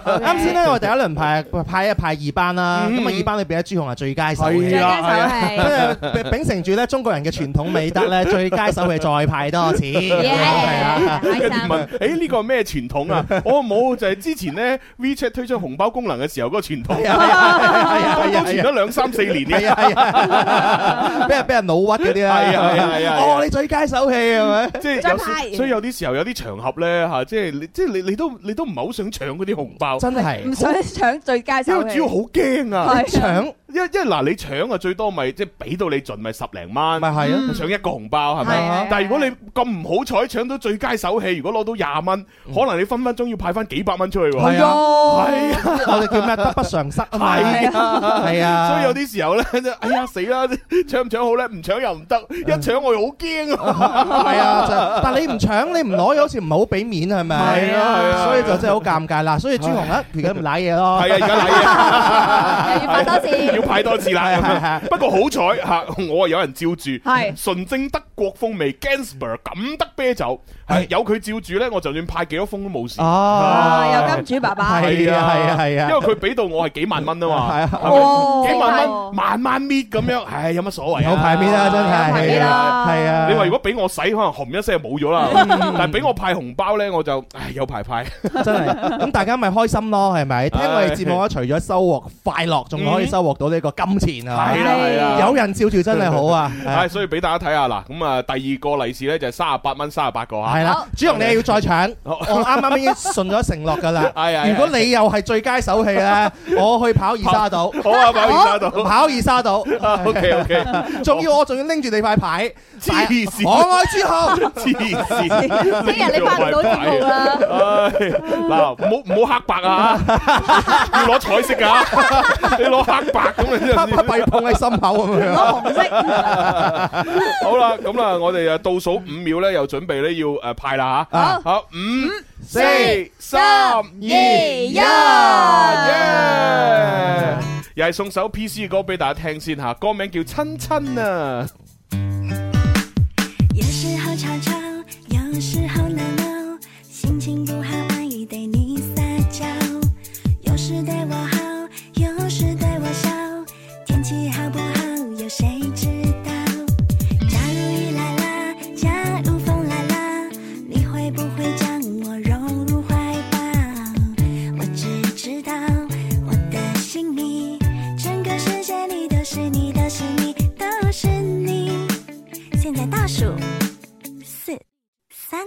E: 啱先咧，我第一輪派派一派二班啦，咁啊二班裏邊咧朱紅係最佳手嘅，
C: 係啊最佳手係
E: 即係秉承住咧中國人嘅傳統美德咧，最佳手係再派多 次，係啊，
C: 跟住問，哎誒呢個係咩傳統 啊？我冇，就係之前咧 WeChat 推出紅包功能嘅時候嗰個傳統，
E: 啊係啊 係啊係啊係啊
C: 當前咗兩三四年
E: 係啊係啊，俾人俾人腦屈嗰啲咧，
C: 係啊係啊係啊
E: 哦你最佳手氣係咪？
C: 即係有時，所以有啲時候有啲場合咧嚇，即係你即係你你都你都唔係好想搶嗰啲紅包，
E: 真係
F: 唔想搶最佳手
C: 因為主要好驚啊！
F: 係搶
C: 因因為嗱，你搶啊最多咪即係俾到你盡咪十零蚊，咪
E: 係啊
C: 搶一個紅包係
E: 係
C: 咪
E: 啊？
C: 但係如果你咁唔好彩搶到最佳手氣，如果攞到廿蚊，
E: 嗯
C: 可能你分分鐘要派翻幾百蚊出去喎。
E: 係啊
C: 係啊，
E: 我哋叫咩得不償失啊嘛，
C: 係啊，
E: 係啊，
C: 所以有啲時 候咧，就哎呀死啦， 搶唔搶好咧？唔搶又唔得，
E: 嗯
C: 一搶我又好驚 啊！
E: 係啊，就但你唔搶，你唔攞，又好似唔係好俾面，係咪？
C: 係啊係啊
E: 所以就真係好尷尬啦。所以朱紅咧，而家咪賴嘢咯。
C: 係啊，而家嚟啊，
E: 又要派多次
C: 要派多次啦。
E: 係啊
C: 咁
E: 係
C: 樣不過好彩嚇，我係啊有人照住，
E: 係
C: 純正德國風味 Gansberg 咁得啤酒，係有佢照住咧，我就算派幾多封都冇事。係
E: 哦
F: 有金主爸爸
E: 係啊係啊係啊
C: 因為佢俾到我係幾萬蚊啊嘛，係
F: 哦
C: 咪幾萬蚊慢慢搣咁樣，唉，有乜所謂啊？
E: 有排面啊，真係係啊，係啊。
C: 你話如果俾我使，可能紅一聲就冇咗啦。但係俾我派紅包咧，我就唉有排派。
E: 真係咁，大家咪開心咯，係咪？聽我哋節目啊咧，除咗收穫快樂，仲可以收穫到呢個金錢啊！
C: 嗯係啦係啦
E: 有人照住真係好 啊！
C: 係，所以俾大家睇下嗱，咁啊第二個利是咧就係三十八蚊，三十八個啊嚇。
E: 係啊啦，朱紅你係要再搶，
C: 好
E: 我啱啱已經信咗承諾 㗎
C: 係
E: 啦。
C: 係
E: 如果你又係最佳手氣 咧，我去跑二沙島。
C: 好啊跑二沙島
E: 跑二沙島。
C: OK，OK
E: 仲要我仲要拎住你塊牌，
C: 黐線
E: 我愛朱 紅，
C: 黐線
F: 聽日你翻唔到節目啦。
C: 唉嗱，唔好唔好黑白啊，要攞彩色噶，你攞黑白咁你
E: 黑黑幣碰喺心口咁樣。
C: 好啦，咁啦，我哋啊倒數五秒咧，又準備咧要诶派啦吓，
E: 好
C: 好五
E: 四
C: 三二
E: 一
C: 耶！又係送首 PC 歌俾大家聽先吓，歌名叫《親親》啊。
J: 有时候吵吵，有时候闹闹，心情不好，爱意对你撒娇。有时对我好，有时对我笑，天气好不好，有谁知道？假如雨来啦，假如风来啦，你会不会将我融入怀抱？我只知道我的心里，整个世界里都是你，都是你，都是你。现在倒数四、三、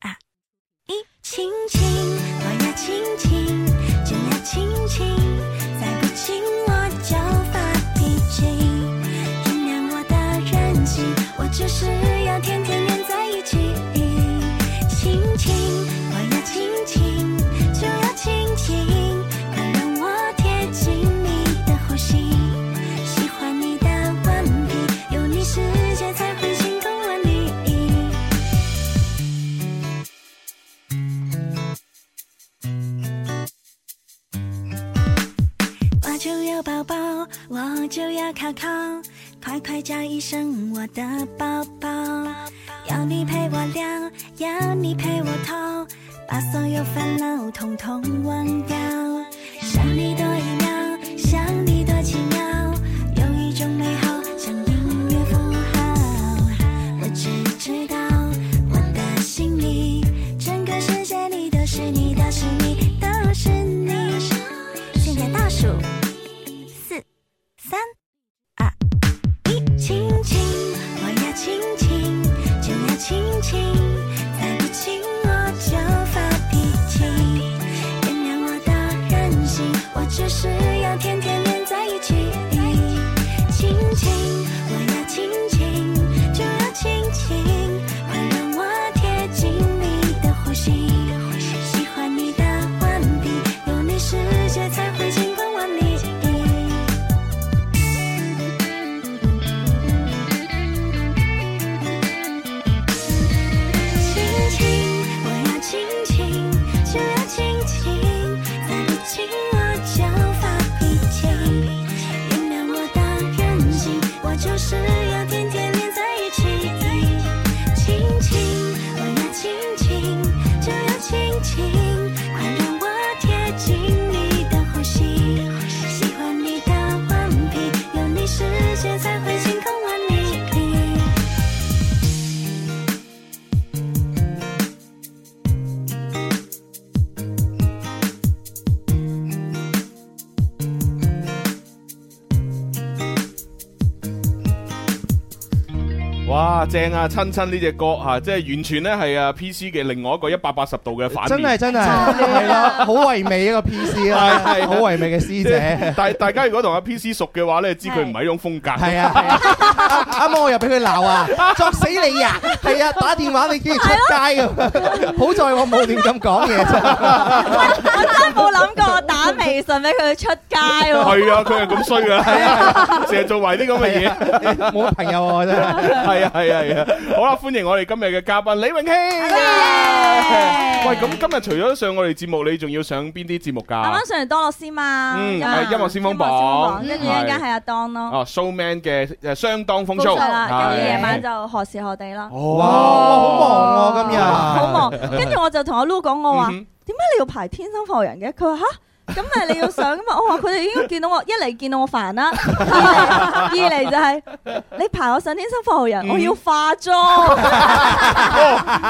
J: 二、一，亲亲，我要亲亲，只要亲亲，再不亲我就发脾气。原谅我的任性，我就是要天天黏在一起。亲亲，我要亲亲，就要亲亲，快让我贴近你的呼吸。喜欢你的顽皮，有你世界才会晴空万里。我就要抱抱，我就要靠靠，快快叫一声我的宝宝。要你陪我聊，要你陪我掏，把所有烦恼统统忘掉。想你多一秒，想你多几秒，有一种美好像音乐符号。我只知道我的心里，整个世界里都是你，都是你，都是你。现在倒数四、三、二、一，亲亲，我要亲亲，就要亲亲，再不亲我就发脾气。原谅我的任性，我就是要天天黏在一起。亲亲，我要亲亲，就要亲亲，快让我贴近你的呼吸。喜欢你的顽皮，有你世界才会晴空万里。亲亲，我要亲亲，就要亲亲，再不亲我就发脾气。
C: 哇，正啊！親親呢只歌吓，即係完全咧係啊 PC 嘅另外一個一百八十度嘅反面
E: 真係真係係啦，好唯美一個 PC 啊，
C: 係係
E: 好唯美嘅師姐。
C: 大大家如果同阿 PC 熟嘅話咧，知佢唔係呢種風格。
E: 係啊，係啊啱啱我又俾佢鬧啊，作死你啊！係啊，打電話你竟然出街咁，好在我冇亂咁講嘢啫。
F: 我真係冇諗過打微信俾佢出街喎。
C: 係啊，佢係咁衰
E: 啊
C: 噶，成日做埋啲咁嘅嘢，
E: 冇乜朋友啊，我真
C: 係啊
E: 係。
C: 係啊係啊！好啦，歡迎我哋今日嘅嘉賓李永熙。喂，咁今日除咗上我哋節目，你仲要上邊啲節目㗎？
F: 啱啱上嚟多樂斯嘛，
C: 啊嗯，
F: 啊，
C: 係音樂先鋒榜，係
F: 跟住一陣間係阿當咯，
C: 啊，Showman 嘅誒相當風騷，係哦
F: 高手啦，跟住夜晚就何時何地啦。
E: 哇，哦好忙啊今日。
F: 好忙，跟住我就同阿Lou講，我話，
C: 嗯哼。
F: 點解你要排天生發號人嘅？佢話，吓？咁咪你要上㗎嘛。我話，佢哋已經見到我，一嚟見到我煩啦，二 嚟-二嚟就係，你排我上天生發號人，
C: 嗯
F: 我要化妝。
C: 哦，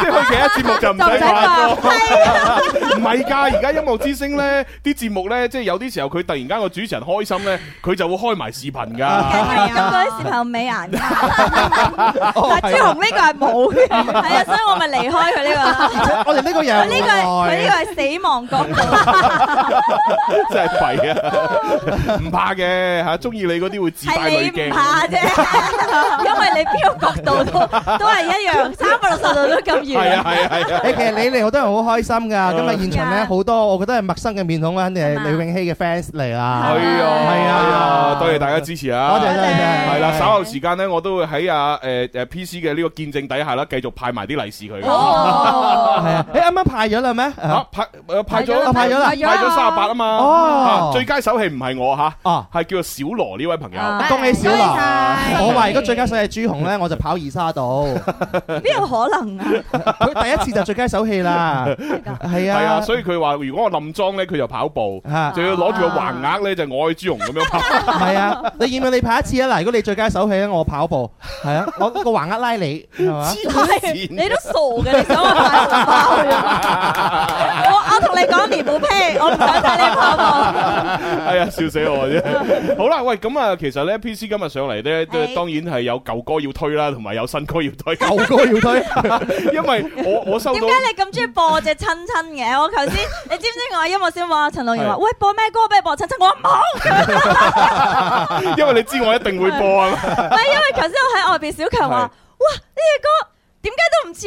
C: 即係佢其他節目就唔 使化妝。 唔係㗎，而家音樂之星咧啲節目咧，即係有啲時候佢突然間個主持人開心咧，佢就會開埋視頻㗎。
F: 咁嗰啲視頻有美顏㗎。 但朱紅呢個係冇嘅，係啊，所以我咪離開佢呢個啦。
E: 我哦哋呢個又
F: 佢呢個係佢呢
E: 係
F: 個係死亡角，
C: 真係弊啊！唔怕嘅嚇，中意你嗰啲會自帶濾
F: 係你唔
C: 鏡。
F: 怕 啫，因為你邊個角度都都係一樣，三百六十度都咁
C: 係啊係
F: 遠。
C: 啊係啊！
E: 誒，其實你嚟好多人好開心㗎，今日現場咧
F: 嗯
E: 好多，我覺得係陌生嘅面孔啊，肯定係
F: 係嘛
E: 李永熙嘅 fans 嚟啦。
C: 係啊
E: 係啊
C: 多謝大家支持啊！
E: 多謝多謝多謝
C: 係啦，稍後時間咧，我都會喺啊誒誒 PC 嘅呢個見證底下啦，繼續派埋啲利是佢嘅。
F: 哦，
E: 係啊，誒啱啱派咗啦咩？
C: 啊派誒派
E: 啊
C: 咗
E: 派咗啦
C: 派咗三十八啊嘛！
E: 哦
C: 啊最佳手氣唔係我嚇，
E: 哦
C: 係叫做小羅呢位朋友。
F: 啊
E: 恭喜小
F: 多謝
E: 羅！
F: 晒
E: 我話如果最佳手係朱紅咧，我就跑二沙島。
F: 邊有可能啊？
E: 佢第一次就最佳手氣啦，係
C: 係啊，
E: 啊，
C: 所以佢話如果我冧裝咧，佢就跑步，
E: 啊
C: 就要攞住個橫額咧，就我愛朱紅咁樣跑。
E: 係啊，你要唔要你跑一次啊？嗱，如果你最佳手氣咧，我跑步，係啊，我個橫額拉你，係嘛？
F: 你都傻嘅，你想我跑唔跑嘅？我我同你講連冇屁，我唔想睇 你跑步。
C: 係啊，笑死我啊真 係。好啦，喂，咁啊，其實咧，PC 今日上嚟咧，都
F: 係
C: 當然係有舊歌要推啦，同埋有新歌要 推。
E: 牛哥要推，
C: 因為我我收
F: 點
C: 到
F: 解你咁中意播只親親嘅？ 我頭先你知唔知我喺音樂先話陳樂妍話：喂，播咩歌俾你播親親？我話 唔好。
C: 因為你知我一定會播啊 嘛。
F: 唔係，因為頭先我喺外邊，小強話：
C: 係
F: 哇，呢只歌點解都唔似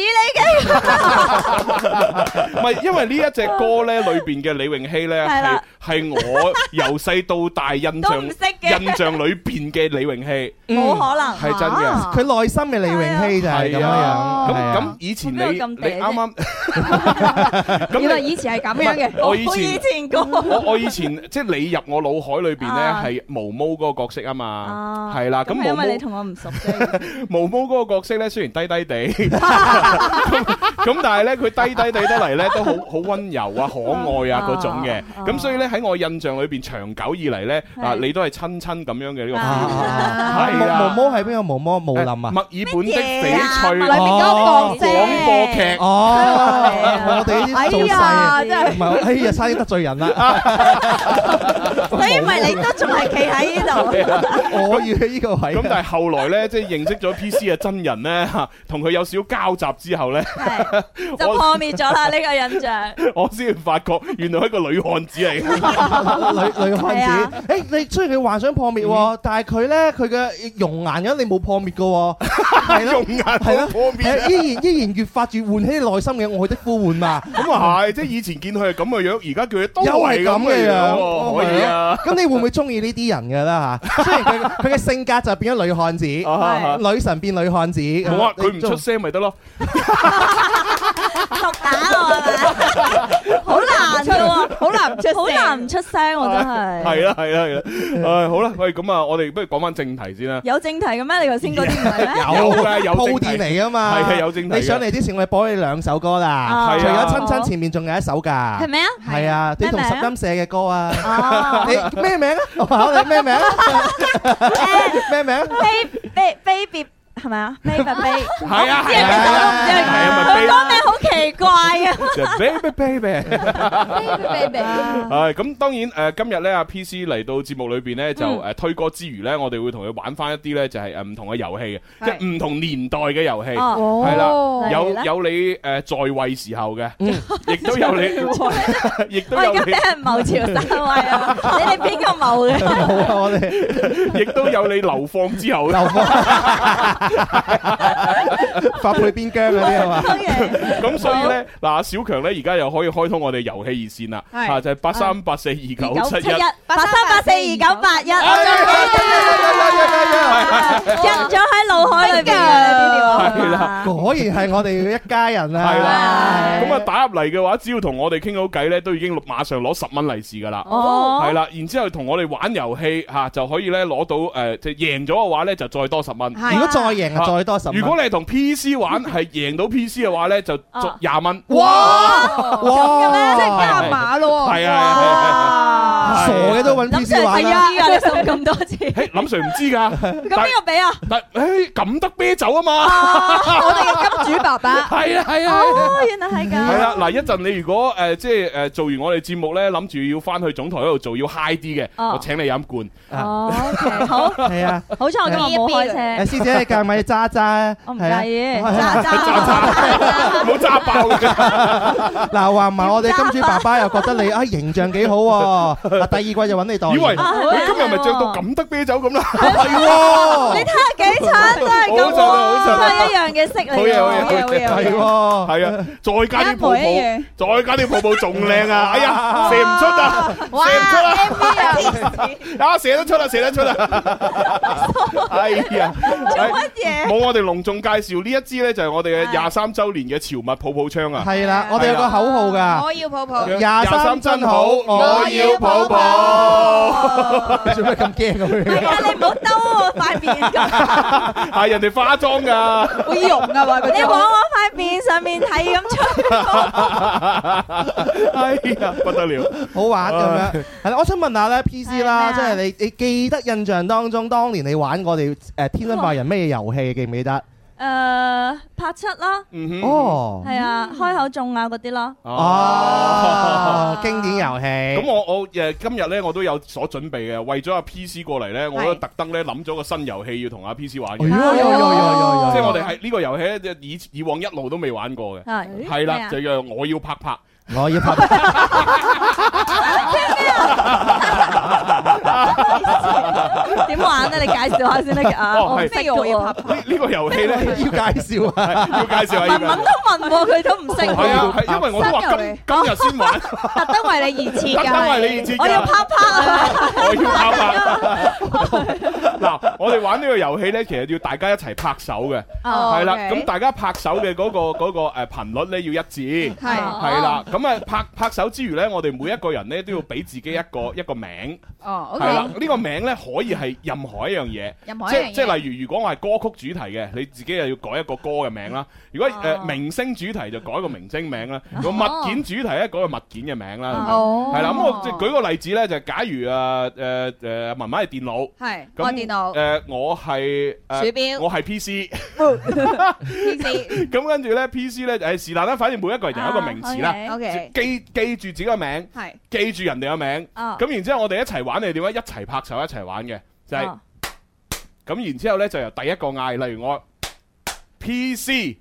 F: 你嘅？
C: 唔係，因為呢一隻歌咧，裏邊嘅李永熙咧，
F: 係
C: 係
F: 啦
C: 係我由細到大印
F: 都
C: 象
F: 唔識嘅
C: 印象裏邊嘅李永熙。
F: 冇可能，
C: 嗯係真嘅
F: 啊
E: 佢內心嘅李永熙就係咁樣樣。
C: 咁
E: 係啊
C: 咁以前你你
F: 我邊有
C: 啱
F: 咁嗲啫
C: 啱
F: 原
C: 咁
F: 來
C: 你。
F: 以前係咁樣
C: 唔係
F: 嘅，
C: 我以前
F: 我以前 講。
C: 我我以前即係你入我腦海裏邊
F: 啊
C: 咧係毛毛嗰個角色啊嘛，係啊啦，咁
F: 係因為你
C: 毛
F: 同我唔熟啫，
C: 毛毛嗰個角色咧雖然低低地， 咁但係咧佢低低地得嚟咧都好好温柔啊、可愛啊嗰種嘅，咁所以咧喺我印象裏邊長久以嚟咧啊，你都係親親咁樣嘅呢個
E: 啊
C: 角色。
E: 啊
C: 係啊
E: 毛毛係邊個毛毛？毛林啊？
C: 墨爾 本的
F: 乜嘢啊
C: 翡
F: 墨
C: 翠哦
F: 爾
C: 廣播劇。
E: 嗰哦，我
F: 本個角色
E: 哋呢啲做細
F: 哎呀
E: 嘅，
F: 真係
E: 唔係，哎呀，差啲得罪人啦！
F: 所以咪你都仲係企喺呢 度。
E: 我要喺呢個位，
C: 咁但係後來咧，即係認識咗 PC 嘅真人咧，嚇 同佢有少少交集之後咧，
F: 係就破滅咗啦呢個印象，
C: 我先發覺原來係一個女漢子嚟嘅。
E: 女女
F: 係
E: 漢
F: 啊
E: 子，誒，你雖然佢幻想破滅
C: 嗯
E: 喎，但係佢咧佢嘅容顏嘅你冇破滅嘅喎， 係咯
C: 用。眼
E: 係咯
C: 好方，便啊
E: 誒依然依然越發越喚起內心嘅愛的呼喚嘛，
C: 咁啊係，即係以前見佢係咁嘅樣，而家叫佢都
E: 又係咁
C: 樣
E: 嘅哦樣，
C: 喎，可以啊。
E: 咁你會唔會中意呢啲人嘅啦 嚇？雖然佢佢嘅性格就變咗女漢子，
C: 啊
E: 女神變女漢子。
C: 冇啊，佢唔
E: 你
C: 出
E: 中
C: 聲咪得咯。
F: 毒打 我係咪？好難嘅喎，好難唔出，好難唔出聲，我真係。
C: 係啦，係啦，係啦。唉，好啦，喂，咁啊，我哋不如講翻正題先啦。
F: 有正題嘅咩？你頭先嗰啲唔係咩？
C: 有㗎有
E: 鋪
C: 正
E: 墊
C: 題
E: 嚟噶嘛？
C: 係係有正題㗎
E: 你上嚟之前，我哋播你兩首歌啦
F: 啊，
E: 除咗
C: 係啊
E: 親親，前面仲有一首㗎。
F: 係咪啊？
E: 係啊，你
F: 咩
E: 同
F: 名
E: 十
F: 啊
E: 音社嘅歌啊。
F: 哦，
E: 你 Ờ, 咩名啊？我考你咩名啊？咩名啊？
F: 誒，baby baby 係咪啊？Baby Baby，
C: 係啊
F: 知係邊首都唔知係
C: 係啊咪
F: 佢
C: Baby
F: 歌名好奇怪啊！
C: 就 baby baby。
D: Baby，
C: 係咁，當然诶，今日咧阿 P C 嚟到節目裏边咧，就
F: 嗯
C: 诶推歌之餘咧，我哋會同佢玩翻一啲咧，就係诶唔同嘅遊戲嘅，即
F: 係
C: 係唔同年代嘅遊戲。
F: 哦
C: 係啦，
D: 例如
C: 有
D: 呢
C: 有你诶在位時候嘅，亦都有 你，亦
F: 我
C: 都
F: 而
C: 有
F: 家俾
C: 你，
F: 人謀朝三位啊！你哋邊個 謀嘅？
E: 冇啊！我哋
C: 亦都有你流放之後。
E: 流放發配邊疆嗰啲係嘛？
F: 當然
C: 咁所以咧，嗱，阿小強咧而家又可以開通我哋遊戲熱線啦，
F: 係
C: 啊就係八三八四二九七一。
F: 八三八四二九八一，印咗喺腦海裏邊嘅
C: 係
F: 呢
C: 啦
F: 啲
E: 果然係我哋一家人啊！
C: 係啦，
F: 係
C: 咁啊打入嚟嘅話，只要同我哋傾好偈咧，都已經馬上攞十蚊利是噶啦。
F: 哦
C: 係，啦，然之後同我哋玩遊戲吓，就可以咧攞到诶，即係贏咗嘅話咧就再多十蚊。
E: 如果再贏啊，再多十蚊。
C: 如果你係同 PC 玩，係贏到 PC 嘅話咧就
F: 啊
C: 廿蚊。
E: 哇哇，
C: 加碼咯係啊，
F: 哇！
E: 傻嘅都揾
F: 諗
E: PC
F: 住
E: 玩
F: 係
E: 啦。
F: 啊，你送咁多次，
C: 係係係嘿，林 Sir 唔知㗎，
F: 咁邊個俾啊？
C: 但但诶咁得啤酒啊嘛，
F: 哦 我哋嘅金主爸爸。
C: 係啊係啊。
F: 哦，原來係咁。
C: 係啊啦，嗱一陣你如果誒即係誒做完我哋節目咧，諗住要翻去總台嗰度做要 high 啲嘅，
F: 哦
C: 我請你飲罐。
F: 哦，OK，好，
E: 係啊，
F: 好彩我今日
E: 誒
F: 冇開車。
E: 師姐你介唔介意揸揸？
F: 我唔
E: 係啊
F: 介意，
E: 係啊
F: 揸
C: 揸
F: 揸。
C: 揸，冇揸爆嘅。
E: 嗱，話唔埋我哋金主爸爸又覺得你啊形象幾好喎，嗱第二季就揾你代言。
C: 以為
F: 啊
C: 佢今日咪着到咁得啤酒咁啦，
F: 哦
E: 係喎，
F: 你睇下幾慘，真係咁喎
C: 好慘好慘
F: 都係一樣嘅色嚟
C: 好嘢
F: 嘅，
C: 好嘢好嘢
F: 好
E: 係
F: 嘢好嘢。
E: 喎，
C: 係啊，再加啲泡泡，
F: 一模哦一樣
C: 再加啲泡泡仲靚啊！哎呀，射唔出啊，
F: 哇
C: 射唔出啊！
F: ！M V
C: 啊，射得出啦，射得出啦！ 哎呀，
F: 啊，做
C: 哎
F: 乜嘢？
C: 冇我哋隆重介紹呢一支咧，就係我哋嘅廿三週年嘅潮物泡泡槍啊！
E: 係啦，我哋有個口號㗎，
F: 要抱抱
E: 廿三真好，我要抱抱。你做咩咁驚咁
F: 係
E: 樣？
F: 啊，你唔好兜我塊面
C: Dạ,
F: 咁，
C: 係人哋化妝㗎。
F: 會溶啊！話你往我塊面上面係咁吹，
C: 哎呀，不得了！
E: 好玩咁樣，係啦，我想問下咧，PC 啦，
F: 係
E: 即
F: 咩啊
E: 係你你記得印象當中，當年你玩我哋誒天生快人咩遊戲記唔記得？
F: 誒拍七啦，
C: 嗯哼，
E: 哦，
F: 係啊，開口中啊嗰啲咯。
C: Ờ.
E: 哦，經典遊戲。
C: 咁我我誒今日咧我都有所準備嘅，為咗阿 PC 過嚟咧，我都特登咧諗咗個新遊戲要同阿 PC 玩嘅，
E: 哎呦，有有有有有
C: 即係我哋係呢個遊戲咧，以以往一路都未玩過嘅，
F: 係
C: 係
F: 咩
C: 啦，
F: 啊
C: 就叫我要拍 拍，
E: 我要拍
F: à? 點玩啊？你介紹下先得㗎。
C: 哦係
F: 咩我要拍拍？
C: 呢呢個遊戲咧
E: 要介紹啊！
C: 要介紹下要
F: 文
C: 介
F: 文
C: 紹。
F: 都問喎，佢都唔識
C: 係
F: 喎。
C: 啊，係因為我都話
F: 新遊
C: 今
F: 戲
C: 今日先 玩，
F: 特登為你而設
C: 特
F: 㗎。
C: 登為你而設㗎
F: 我要啪啪啊！
C: 我要拍拍。 嗱，我哋玩呢個遊戲咧，其實要大家一齊拍手嘅，係啦。
F: Ờ,
C: 咁大家拍手嘅嗰個嗰個誒頻率咧要一致。
F: 係
C: 系啦，咁啊拍拍手之餘咧，我哋每一個人咧都要俾自己一個一個名，
F: Ờ,
G: 哦
C: 係啦，呢個名咧可以係任何一樣嘢，
G: 任何一樣嘢
C: 即即係例如如果我係歌曲主題嘅，你自己又要改一個歌嘅名啦；如果
G: 啊
F: 哦
C: 誒明星主題就改一個明星 名啦；如果物件主題咧改個物件嘅名啦。
G: 哦
C: 係啦，咁我即係舉個例子咧，就係假如啊誒誒文文係電腦，
G: 係
C: 咁
G: 我電腦
C: 誒我係誒
G: 鼠標
C: 我係 PC，
G: PC
C: 咁跟住咧 PC 咧誒是但啦，反正每一個人有
F: Ờ,
C: 一個名詞啦。
F: 啊
G: OK
C: 記記住自己個名，
G: 係
C: 記住人哋個名，
G: 啊
F: 哦
C: 咁然之後我哋一齊玩你點樣？一齊拍手一齊玩嘅，就係
F: 哦
C: 咁。然之後呢，就由第一個嗌，例如我 P C，誒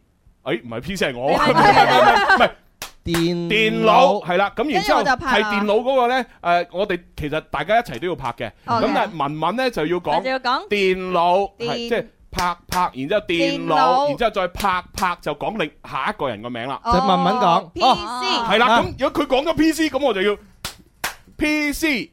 C: 唔係 P C 係我，唔係唔係唔係
E: 電
C: 電腦係啦。咁然之後
G: 跟住我就拍
C: 係
G: 啦
C: 電腦嗰個呢，誒我哋其實大家一齊都要拍嘅，
G: OK
C: 咁但係文文呢，就要
F: 我就
C: 講
F: 要講
C: 電腦，係
G: 電
C: 即係拍拍，然之後電
G: 電腦
C: 腦，然之後再拍拍就講另下一個人個名啦。
E: 就慢慢講
G: 哦
E: 哦
G: PC
C: 系啦，
E: 啊
C: 咁如果佢講咗 P C，咁我就要 P C，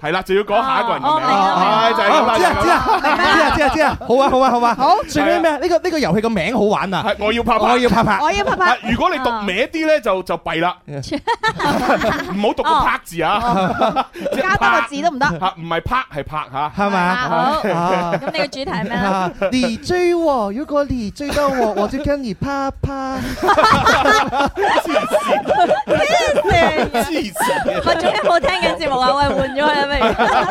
C: 係啦，就要講下一個人嘅名，
F: 哦
E: Ờ,
F: 哦明
C: 係
F: 啦
C: 就
E: 知
C: 係咁啦
E: 啊知啊知
C: 就
E: 啊知啊知啊知啊，好啊好啊好啊！好，最尾咩？呢個呢個遊戲個名好玩啊！
C: 係，我要拍
E: 我
C: 拍。
E: 要拍拍，
G: 我要拍拍
C: 啊如果你讀歪啲咧，就就弊 啦，唔好讀個
F: 哦
C: 拍字啊，即係
G: 加多個字都唔得。
C: 拍嚇，唔係拍係拍 嚇。
E: 係嘛？
F: 好，
E: 啊
F: 咁你個主題係咩 咧？
E: 啊你追我，如果你追到我，我就跟你啪啪。
C: 黐線，
F: 正嘅
C: 黐線嘅。
F: 我仲有冇聽緊節目啊？喂，換咗佢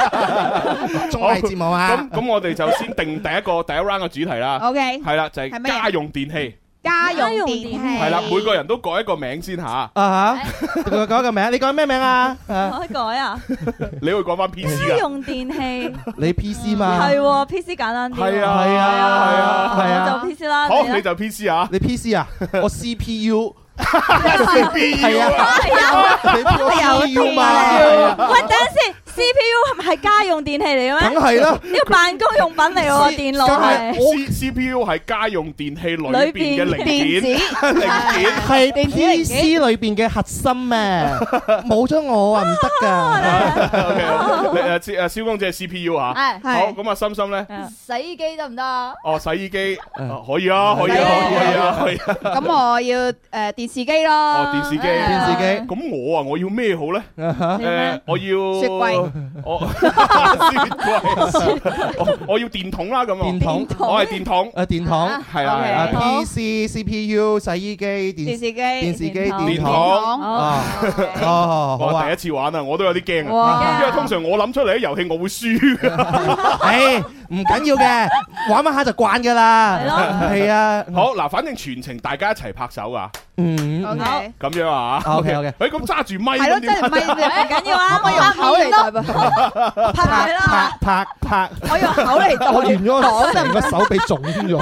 E: 綜藝節 目啊
C: 咁咁，我哋就先定第一個 第一 round 嘅主題啦。
K: OK
C: 係啦，就係
K: 係咩
C: 家用電器，
F: Dạ,
K: 家用電器。
C: 係啦，每個人都改一個名先吓。
E: 啊嚇！佢改個名，你改咩名啊？啊
F: 可以改啊！
C: 你會講翻 P C
F: 家
C: 噶？
F: 用電器
E: 你 PC 嘛？
F: 係喎，PC 簡單啲喎。
C: 係啊
E: 係啊係啊係啊！
F: 我就 PC 啦。
C: 好，
F: 啦
C: 你就 P C 啊。
E: 你 PC 啊？我 CPU 係
C: 係
E: 啊，你 CPU 嘛？係啊
F: 喂，等陣先，CPU 係咪係家用電器嚟嘅咩？
E: 梗係啦
F: 呢個辦公用品嚟喎，電腦係。
C: C C P U 係家用電器裏邊嘅零件， 零
K: 電
C: 件
E: 係 PC 裏邊嘅核心啊！冇咗我啊唔得㗎。
C: OK，誒蕭誒蕭呃公姐 C P U 嚇，
D: 係
C: 好咁啊，心心咧，
D: 洗衣機得唔得啊？
C: 哦洗衣機
E: 嗯
C: 啊可以啊，可以啊，
K: 係
C: 可以啊，可以啊，
K: 咁我要，誒，電視機咯。
C: 哦電視機，
F: 嗯
K: 係啊。
E: 電視機。Uh-huh
C: 咁我啊，我要咩好咧？誒，我要
K: 雪櫃，
C: 我 雪櫃，我我要電筒啦咁啊，
E: 電筒
C: 我係電筒，
E: 誒電筒
C: 係啦， 係
E: 啊
C: 啦
E: PC、CPU、洗衣機、電
K: 電視機，
E: 電視機、
K: 電筒。
E: 電
C: 電筒。
K: 電筒。
E: 啊哦好
C: 我
E: 啊
C: 第一！次玩啊，我都有啲驚啊，
K: 哇
C: 因為通常我諗出嚟啲遊戲我會輸
E: 嗯
C: 㗎。
E: 誒唔緊要嘅，玩玩下就慣㗎啦。
F: 係咯
E: 係啊，
C: 好嗱，反正全程大家一齊拍手啊，
E: 嗯。
K: OK。
C: 咁樣啊
E: OK，OK
C: 誒咁揸住咪咁點啊
K: 係咯，真係咪唔緊要啊，我用口嚟代表。
E: 拍
K: 拍佢啦。
E: 拍拍拍，
K: 我用口嚟代表。
E: 我完咗成個手臂腫咗。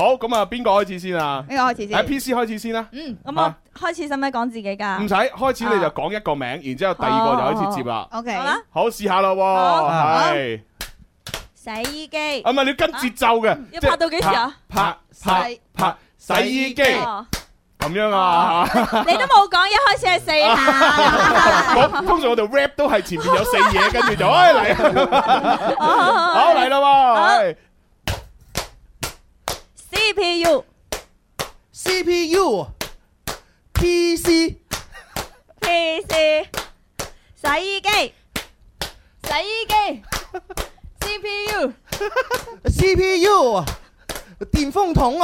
C: 好，咁啊，邊個開始先啊？
K: 呢個開始先。
C: 喺 PC 開始先啦，
K: 嗯，
F: 咁我開始使唔使講自己㗎
C: 唔？使開始你就講一個名，然之後第二個就開始接啦。
K: OK。
F: 好啦，
C: 好，試下啦
F: 好
C: 喎，係
F: 洗衣機。
C: 啊，唔係你要跟節奏嘅，
F: 要
C: 即係
F: 拍到幾時啊？
C: 拍拍
K: 洗
C: 拍洗衣機咁
F: 哦
C: 樣啊？
F: 你都冇講，一開始係四下。
C: 我通常我哋 rap 都係前面有四嘢，跟住就哎嚟，好嚟啦喎，
F: C P U
E: CPU、PC、
F: P C 洗衣機
D: 洗衣機 C P U
E: CPU、電風筒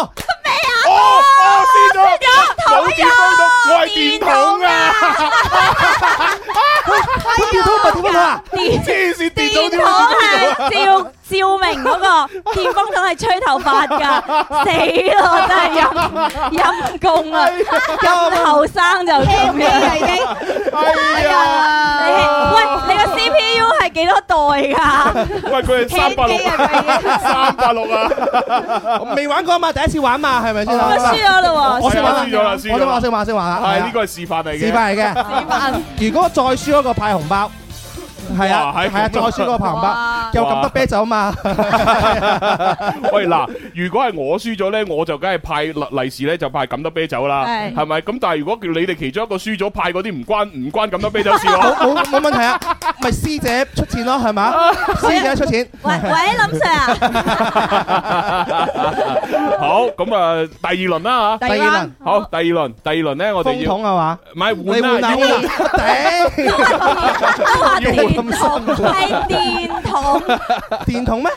F: 哎
E: 啊！
C: 哦哦，知咗，有電風筒，我係電筒啊！
E: 佢電筒唔係電風筒啊！
F: 電
C: 黐線跌到啲
F: 電筒係照照明嗰個電風筒係吹頭髮㗎，死咯！真係陰陰公啊，咁後生就咁樣已經。
C: 哎
K: Ờ,
F: Dạ.
C: 呀！
F: 喂，你個 C P U 係幾多代㗎？
C: 喂，佢係三百六，啊三百六啊！
E: 我未玩過啊嘛，第一次玩嘛，係咪先？
F: 咁啊輸咗啦
E: 我
F: 喎！
E: 識玩啦
C: 輸咗啦輸咗啦
E: 我識玩，識玩，識啊玩啦。
C: 係呢個係示範嚟嘅。
E: 示範嚟嘅。如果再輸嗰個派紅包，係啊，
C: 哇係
E: 係啊，再輸嗰個派紅包
K: 哇，
E: 又咁得啤酒嘛。
C: 喂嗱，如果係我輸咗咧，我就梗係派利利是咧，就派咁多啤酒啦，
F: 係
C: 係咪？咁但係如果叫你哋其中一個輸咗派嗰啲唔關 唔關咁多啤酒事 咯，
E: 冇冇問題啊，咪師姐出錢咯，係嘛？師姐出錢，
F: 喂喂，林 Sir 啊！
C: 好咁啊，第二輪啦
E: 第二輪
C: 吓，好第二輪，第二輪咧我哋
E: 風
C: 要
E: 筒係啊嘛？
C: 唔係
E: 你
C: 換
E: 換
C: 啦，
E: 啊
C: 要
E: 換
C: 換
E: 啊！頂咁辛
F: 都話電筒
E: 苦
F: 係電筒，
E: 電筒咩？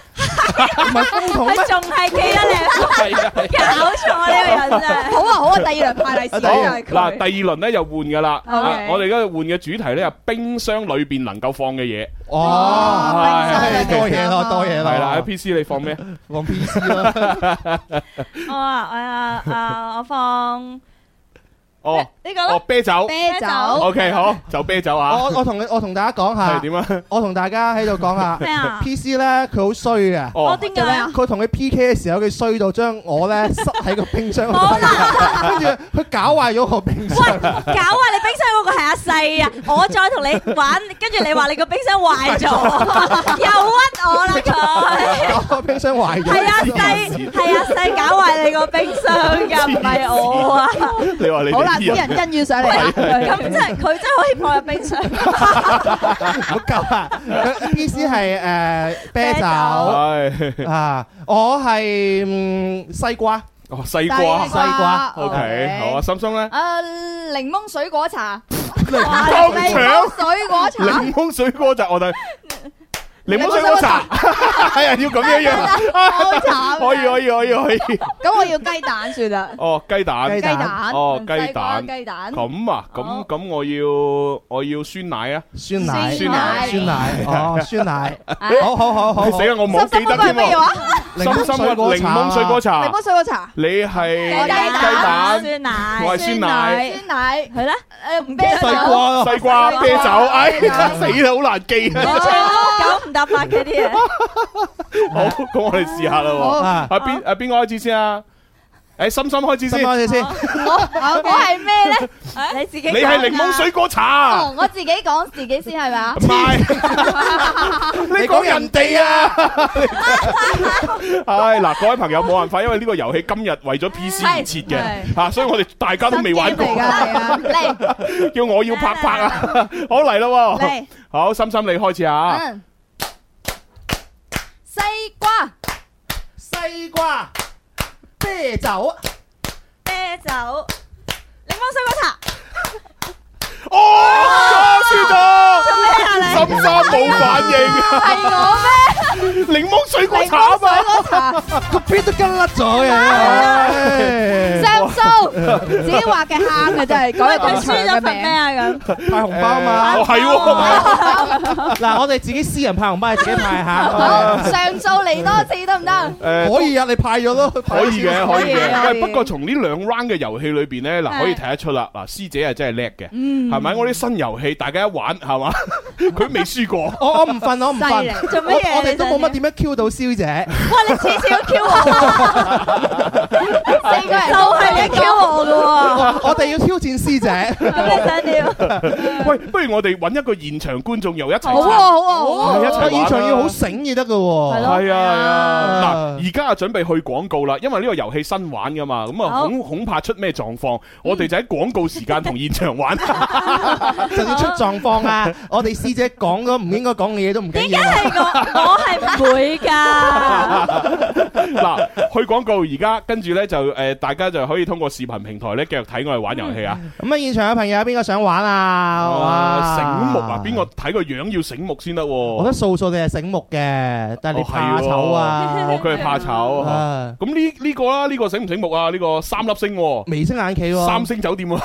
E: 唔係風筒 咩
F: 佢？仲係企得靚，
C: 係 啊係啊
F: 搞錯呢個人真係。
K: 好啊，好啊，第二輪派利是，
E: 好，
K: 因為佢-
C: 嗱，第二輪咧又換噶啦，啊
F: OK
C: 我哋而家換嘅主題咧係冰箱裏邊能夠放嘅嘢，
E: 哦，
C: 係
E: 多嘢咯，多嘢
C: 係
E: 咯，
C: 啦，喺 PC 你放 咩？
E: 放 PC 啦，
F: 我話我啊啊，我放
C: 哦
F: 呢個
C: 哦
F: 咯，
C: 啤酒
K: 啤酒。
C: ，OK 好就啤酒啊，
E: 我我同你我同大家講
C: 係
E: 下，
C: 點啊？
E: 我同大家喺度講下
F: 咩啊
E: ，PC 咧佢好衰嘅，
F: 我
C: 哦，
F: 點解
K: 做咩啊？
E: 佢同佢 PK 嘅時候，佢衰到將我咧塞喺個冰箱度，跟住佢搞壞咗我冰
F: 喂，
E: 箱。
F: 搞啊！你冰箱嗰個係阿細啊，我再同你玩，跟住你話你個冰箱壞咗，又屈我啦佢。
E: 搞個冰箱壞咗
F: 係阿
E: 呢件事，
F: 細，係阿細搞壞你個冰箱㗎，唔係我啊！
C: 你話你哋
A: Dạ.
C: 啲人啊
K: 好啦，啲人恩怨上嚟。
F: 咁真係佢真係可以放入冰箱。
E: 唔好夠啊佢！PC 係誒啤酒
C: 係。
E: 啊，我係嗯西瓜，
C: 哦，西瓜
E: 西瓜
C: ，OK，好啊，心心
K: Ờ,
C: 咧，
K: 誒，檸檬水果茶。
C: 當場
K: 檸檬水果茶。
C: 檸檬水果就我哋檸檬水好茶，係啊，要咁樣樣，
K: 好慘
C: 可以可以可以可以。
K: 咁我要雞蛋算啦。
C: 哦，雞蛋，
E: Dạ.
K: 雞蛋雞蛋
C: 哦，
K: 西
C: 雞
K: 瓜
C: 蛋，
K: 雞蛋
C: 咁啊，咁咁，我要我要酸奶啊，酸
E: 奶
C: 酸奶，
E: 酸奶哦酸奶好好好好
C: 你死啦，我冇記得
K: 係
C: 添
K: 咩話
C: 喎。？
E: 檸檬
C: 心心
E: 水果
C: 檸檬水果茶
K: 檸，檬水果茶。
C: 你係
F: 雞蛋
C: 雞蛋，
F: 酸奶，
C: 我係酸奶。
K: 酸奶
F: 係啦，
K: 誒唔啤酒，
E: 西瓜
C: 西瓜、
K: 西瓜
C: 啤酒，哎，
K: 啤酒
C: 死啦，好難記啊！
F: 全部九唔搭八嗰啲嘢。
C: 好，咁我哋試下啦喎。
E: 啊
C: 啊邊啊邊個開始先啊？誒，心心開始
E: 心
C: 先。
E: 開始先
K: 我我係咩咧？
F: 你自己
C: 你係檸檬水果茶，
K: 哦，我自己講自己先係咪啊
C: 唔？係你講人哋啊！唉，嗱，各位朋友冇辦法，因為呢個遊戲今日為咗 PC 而設嘅，
K: 係
C: 嚇，所以我哋大家都未玩過
K: 新，game 嚟㗎係啊
C: 叫我要拍拍啊！好嚟啦喎
K: 嚟，
C: 好，心心你開始啊！
K: 嗯，西瓜、
E: 西瓜啤酒
F: 啤酒、檸檬水果茶，
C: 哦，輸咗，
F: 咩啊你？
C: 心心冇反應，
K: 係我咩？
C: 檸檬水果
K: 檸
C: 茶啊
K: 檬
C: 嘛
K: 水！果茶、
E: 個 B 都跟甩咗嘅唉
K: 上訴，自己畫嘅喊嘅真係
F: 喂
K: 講
L: Ờ,
F: 佢
K: 咁
F: 輸
K: 長
F: 咗
K: 嘅
F: 份咩
K: 名。
F: 啊咁？
E: 派紅包嘛
C: 哦，係喎，
E: 嗱我哋自己私人派紅包係自己派
K: 好，
E: 下
F: Ờ,
K: 上訴嚟多次得唔得？
C: 誒
E: 可以啊你派咗咯
C: 可以嘅，可
K: 可
C: 以
K: 以
C: 嘅。
K: 嘅
C: 喂，不過從呢兩 round 嘅遊戲裏邊咧，嗱
F: 係
C: 可以睇得出啦，嗱師姐係真係叻嘅，係咪？我啲新遊戲大家一玩係 嘛，佢未輸過。
E: 我我唔瞓我唔
K: 犀利
E: 瞓
F: 做
E: 我
F: 乜嘢
E: 我哋都冇乜點樣 Q 到蕭姐
F: 哇！你次次都 Q 我，
K: 四個人
F: 就
K: 都
F: 係你 Q 我噶
E: 我我哋要挑戰師姐
F: 喎。咁你想點？
C: 喂，不如我哋揾一個現場觀眾又一齊
K: 好喎，
C: 參。
K: 好喎，好喎。
C: 係一齊玩啦
E: 現場要好醒至得噶喎。
C: 啊係啊係啊，
E: 啊
C: 嗱，而家啊準備去廣告啦，因為呢個遊戲新玩噶嘛，咁啊
F: 好
C: 恐恐怕出咩狀況，我哋就喺廣告時間同現場 玩。
E: 就算出狀況啊，我哋師姐講咗唔應該講嘅嘢都唔緊
F: 點解
E: 要啊。
F: 係我？我係唔會㗎。
C: 嗱，去廣告而家跟住呢，就誒，大家就可以通過視頻平台呢繼續睇我哋玩遊戲啊。
E: 咁啊，現場嘅朋友邊個想玩啊？哇！
C: 啊醒目啊！邊個？睇個樣要醒目先得喎。
E: 我覺得素素你係醒目嘅，但係你怕醜
C: 哦，
E: 啊！
C: 佢係怕醜。嚇
E: 啊，
C: 咁呢呢個啦，呢個醒唔醒目啊？呢個三粒星喎，
E: 眉清眼企喎，
C: 三星酒店 喎，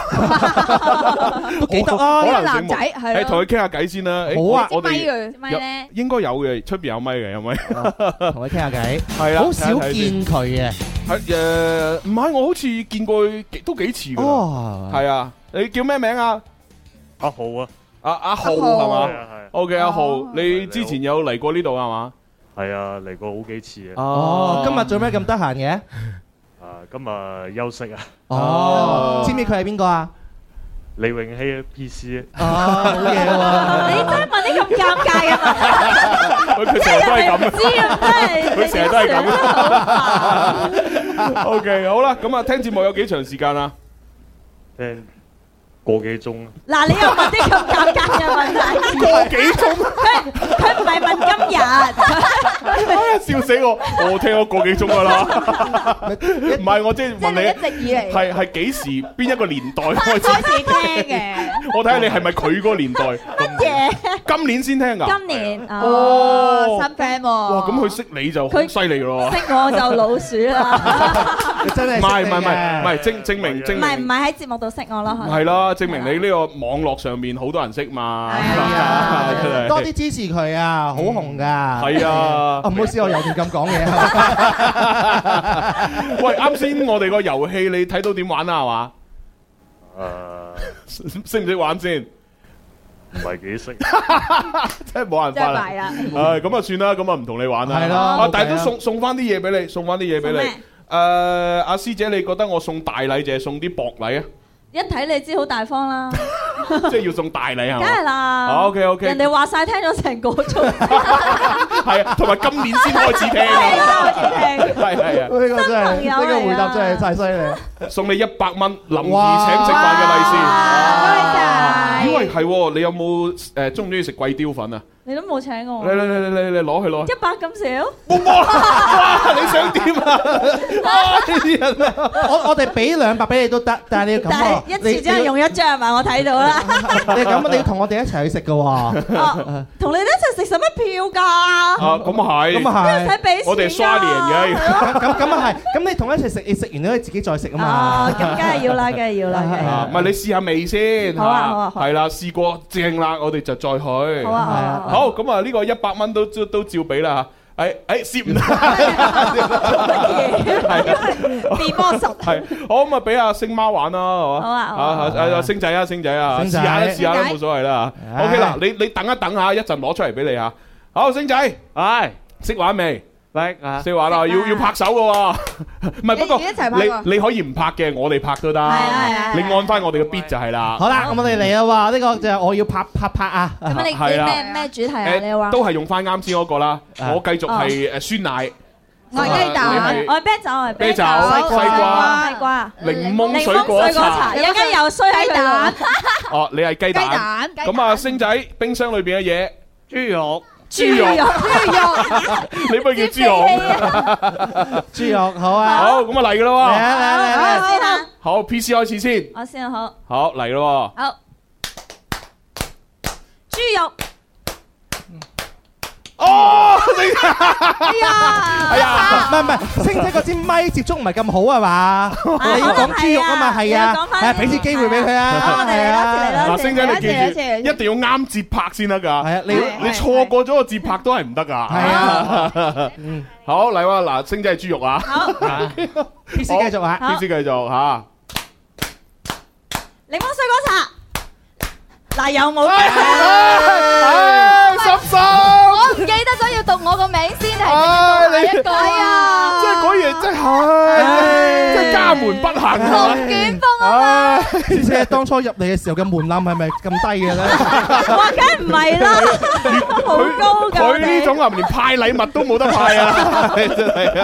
E: 都幾得啊！
C: 可
K: 呢個
C: 能醒
K: 男
C: 目
K: 仔。
C: 誒，
K: 係
C: 同
K: 咯，
C: 佢傾下偈先啦。誒
E: 好啊
C: 我我
K: 咪
C: 哋
K: 佢
F: 咪咧，
C: 應該有嘅，出邊有咪嘅，有咪？
E: 同佢傾下偈，
C: 係啦，
E: 好少
C: 睇一睇先。
E: 見佢嘅。
C: 係誒，唔係我好似見過佢幾都幾次㗎啦。
E: 哦，
C: 係啊，你叫咩名啊？
M: 阿浩啊，
C: 阿阿浩
K: 浩
C: 係
M: 係
C: 嘛
M: 啊係啊
C: ？O K，阿浩
K: 哦，
C: 你之前有嚟過呢度係嘛？
M: 係啊，嚟過好幾次啊。
E: 哦，今日做咩咁得閒嘅？
M: 啊，今日休息啊。
E: 哦，知唔知佢係邊個啊？
M: 李永熙 PC
E: 哦，好嘢
F: 你
E: 喎！
F: 真係問啲咁尷尬嘅問
C: 佢佢
F: 題，
C: 成日都係咁啊
F: 唔。知啊，真係
C: 佢成日都係咁
F: 咁。
C: O K，好啦，咁啊，聽節目有幾長時間 啊？
M: 聽個幾鐘啊
F: 嗱，你又問啲咁尷尬嘅問題，
C: 個幾鐘？
F: 佢唔係問今日，
C: 哎呀 笑死我！我聽咗個幾鐘噶啦，唔係我即係
K: 即係
C: 問你，
K: 你一直以嚟
C: 係係幾時邊一個年代開始？
F: 開始聽嘅
C: 我睇下你係咪佢嗰個年代？
F: 嘢。
C: 今年先聽㗎。
F: 今年
K: 啊
F: 哦，
K: 哦，
C: 哦，
K: 新 friend 喎。
C: 哇！
K: 哇
C: 咁佢識啊你就好犀利咯。
F: 識我就老鼠啦，
E: 真係
C: 唔
E: 識
C: 係唔係
E: 你
C: 唔係
E: 嘅
C: 唔係，證證明證
F: 唔係唔
C: 明
F: 係喺節目度識我咯，
C: 係啦，證明你呢個網絡上面好多人識嘛。
E: 係啊
C: 真係
E: 多啲支持佢啊，好紅噶。
C: 係啊
E: 啊，唔好意思，我有段咁 講嘢。
C: 喂，啱先我哋個遊戲你睇到點玩啊？係嘛？
M: 啊，
C: 識唔識玩先？
M: 唔係幾識。
C: 真係冇辦
K: 真
C: 法
K: 係
C: 啦
K: 弊。啦，
C: 唉，咁啊算啦，咁啊唔同你玩啦。
E: 係咯
C: 啊
E: 冇計啦
C: 但係都送送翻啲嘢俾你，送翻啲嘢俾
F: 送
C: 你
F: 咩。
C: 誒，阿師姐，你覺得我送大禮定係送啲薄禮啊？
F: 一睇你知好大方啦，
C: 即係要送大禮係
F: 梗係
C: 嘛？
F: 啦。
C: 哦 OK，OK
F: 人哋話晒聽咗成個鐘，
C: 係啊，同埋今年先開始聽
F: 係
C: 啊。
F: 啦，我
C: 係係
E: 呢個真係，
F: 真
E: 呢
F: 朋友嚟啊
E: 個回答真係太犀利。
C: 係，送你一百蚊林
E: 哇
C: 兒請食飯嘅利是。
K: 哇
C: 咦喂，係喎，你有冇誒中唔中意食貴雕粉啊？
F: 你都冇請我
C: 嚟，嚟嚟嚟嚟嚟攞去攞去。
F: 一百咁少。
C: 冇冇啊！ 哇，你想點啊？哇，呢啲人啊！
E: 我我哋俾兩百俾你都得，但係你要咁
F: 但
E: 喎
F: 係一
E: 你
F: 次只係用一張嘛，我睇到啦。
E: 你要你咁，你要同我哋一齊去食噶喎。
F: 哦同你哋一齊食使乜票㗎。
C: 啊，咁啊係，
E: 咁啊係
F: 因為使俾錢㗎
C: 我哋刷年嘅。
E: 咁咁咁啊係，咁你同我一齊食，你食完你可以自己再食啊嘛。
F: 啊，咁梗係要啦，梗係要啦，梗係要啦
C: 啊，唔係你試下味先，
F: 好啊好啊好啊
C: 係啦，試過正啦，我哋就再去。好
F: 好啊好啊
C: 好咁啊，呢個一百蚊都都都照俾啦嚇。誒誒， 攝唔到。
F: 變魔術。
C: 啊係，好咁啊，俾阿星媽玩啦，係嘛？
F: 好啊好啊
C: 啊啊，星仔啊，星仔啊，
E: 星
C: 試
E: 仔
C: 下啦，試下啦，
E: 星仔
C: 冇所謂啦。OK 啦，你你等一等下，一陣攞出嚟俾你嚇。好，星仔，係識玩未？叻啊！識玩啦，要要拍手嘅喎。唔係，不過
K: 你一齊拍喎
C: 你你可以唔拍嘅，我哋拍都得。
K: 係係
C: 你按翻我哋嘅 beat 就係啦。
E: 好啦，咁我哋嚟啦喎，呢個就係我要拍拍拍啊！
C: 咁你係啦咩
K: 咩主題
C: 誒都係用翻啱先嗰個啦。我繼續係誒啊酸奶、
F: 我
C: Ờ,
F: 係雞蛋，我係啤酒，我係
C: 啤酒、
F: 西
C: 西瓜、
F: 西瓜。
C: 檸檬水果茶。
F: 有間又衰喺蛋，
C: 哦，你係雞
F: 雞
C: 蛋
F: 蛋。
C: 咁啊，星仔冰箱裏邊嘅嘢，豬肉。豬肉， 你不如叫豬
F: 啊
C: 肉。
E: 豬肉好啊！
C: 好，咁啊嚟噶
E: 嚟
C: 啦
F: Ờ,
E: 啊嚟啊嚟啊！
F: 我先啦，
C: 喎。好，PC 開始先。
F: 我先啦好，
C: 好嚟咯
F: 好。豬肉，
C: 喎。哦，
F: 哎呀，
E: 哎呀，唔係唔係，星仔嗰支咪接觸唔係咁好啊嘛，你要講豬肉啊嘛，係啊，係俾次機會俾佢啊，係啊，
C: 嗱，星仔你記住，一定要啱節拍先得㗎。係啊，你你錯過咗個節拍都係唔得㗎。係啊， 好嚟喎，嗱，星仔係豬肉啊。
F: 好
E: ，P C 繼續啊
C: ，P C 繼續嚇。
F: 檸檬水果茶。嗱，有冇？
C: 十
K: 我唔記得咗要讀我個名先，係直接讀下一個啊！
C: 即係嗰樣真係，即係家門不
K: 哎
C: 幸啊！
K: 龍捲
C: 風啊！
E: 而且當初入嚟嘅時候嘅門檻係咪咁低嘅咧？
F: 哇，梗係唔係啦，好高㗎。
C: 佢呢種啊，連派禮物都冇得派啊！真係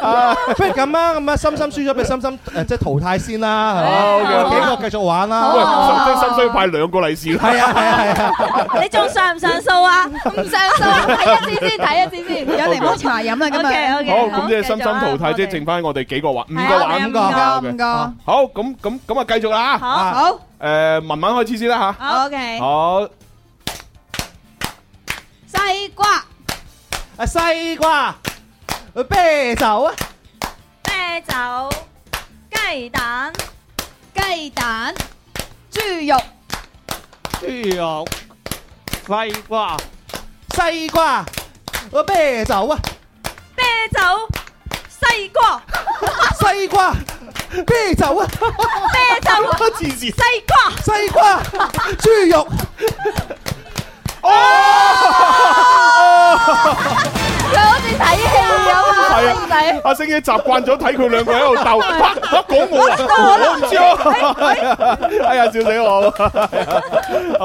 C: 啊！
E: 不如咁啊，咁啊，心心輸咗俾心心誒，即係淘汰先啦，係
C: 好
E: 嘛？
C: 好
E: 幾個繼續玩啦。
C: 喂，真真需要派兩個利是啦！
E: 係啊係啊係啊！
F: 你仲上唔上訴啊？
K: 唔上訴啊！睇一次先，睇一次先，有檸檬茶飲啦，今日。
C: 好，咁即係深深淘汰，即係剩翻我哋幾個玩，五
K: 係
C: 個
K: 啊我哋
C: 玩，
K: 有五個
C: 好
K: 五個
C: 嘅好，咁咁咁啊，繼續啦！
F: 好，
C: 誒，文文開始先啦
F: 好，OK
C: 吓，。好，
F: 西瓜、
E: 啊西瓜、啤酒啊，
F: 啤酒、雞蛋、
K: 雞蛋、豬肉、
E: 豬肉、西
C: à.
E: 瓜、西瓜、啊啤酒啊，
F: 啤酒、西瓜、
E: 西瓜、啤酒啊，
F: 啤酒、
C: 黐線，
F: 西瓜。
E: 西瓜、豬肉。
K: 佢好似睇戲
C: 係
K: 咁啊，兄弟。
C: 啊，阿星姐習慣咗睇佢兩個喺度鬥，嚇嚇講我啊，我唔知啊， 哎呀笑死我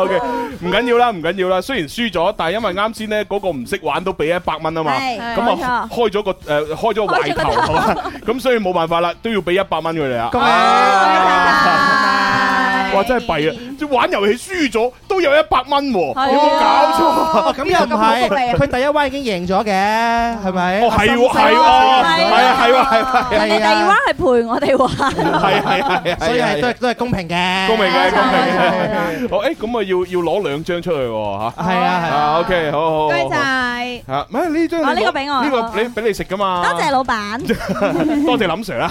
C: ！OK，唔 緊要啦，唔緊要啦，雖然輸咗，但係因為啱先咧嗰個唔識玩都俾一百蚊啊嘛，
F: 係
C: 咁啊開咗個誒開咗個壞頭，好嘛咁所以冇辦法啦，都要俾一百蚊佢哋啊！哇，真係弊啊！即係玩遊戲輸咗都有一百蚊喎，有冇搞
E: 哦
C: 錯？
E: 咁又唔係，佢第一彎已經贏咗嘅，係咪？
C: 哦係喎係喎，係啊係啊係啊！
F: 人哋第二 round 係陪我哋玩，
C: 係係係，
E: 所以係都係都係公平嘅。
C: 公明嘅，公明嘅。好，誒，咁啊要要攞兩張出去喎嚇。
E: 係啊係啊
C: 啊，OK，好 À, 好。好好
F: 晒，
C: 啊，唔係呢張你攞。
F: 哦呢個俾我
C: 呢個你俾你食噶嘛。
F: 多謝老闆，
C: 多謝林 Sir 啦。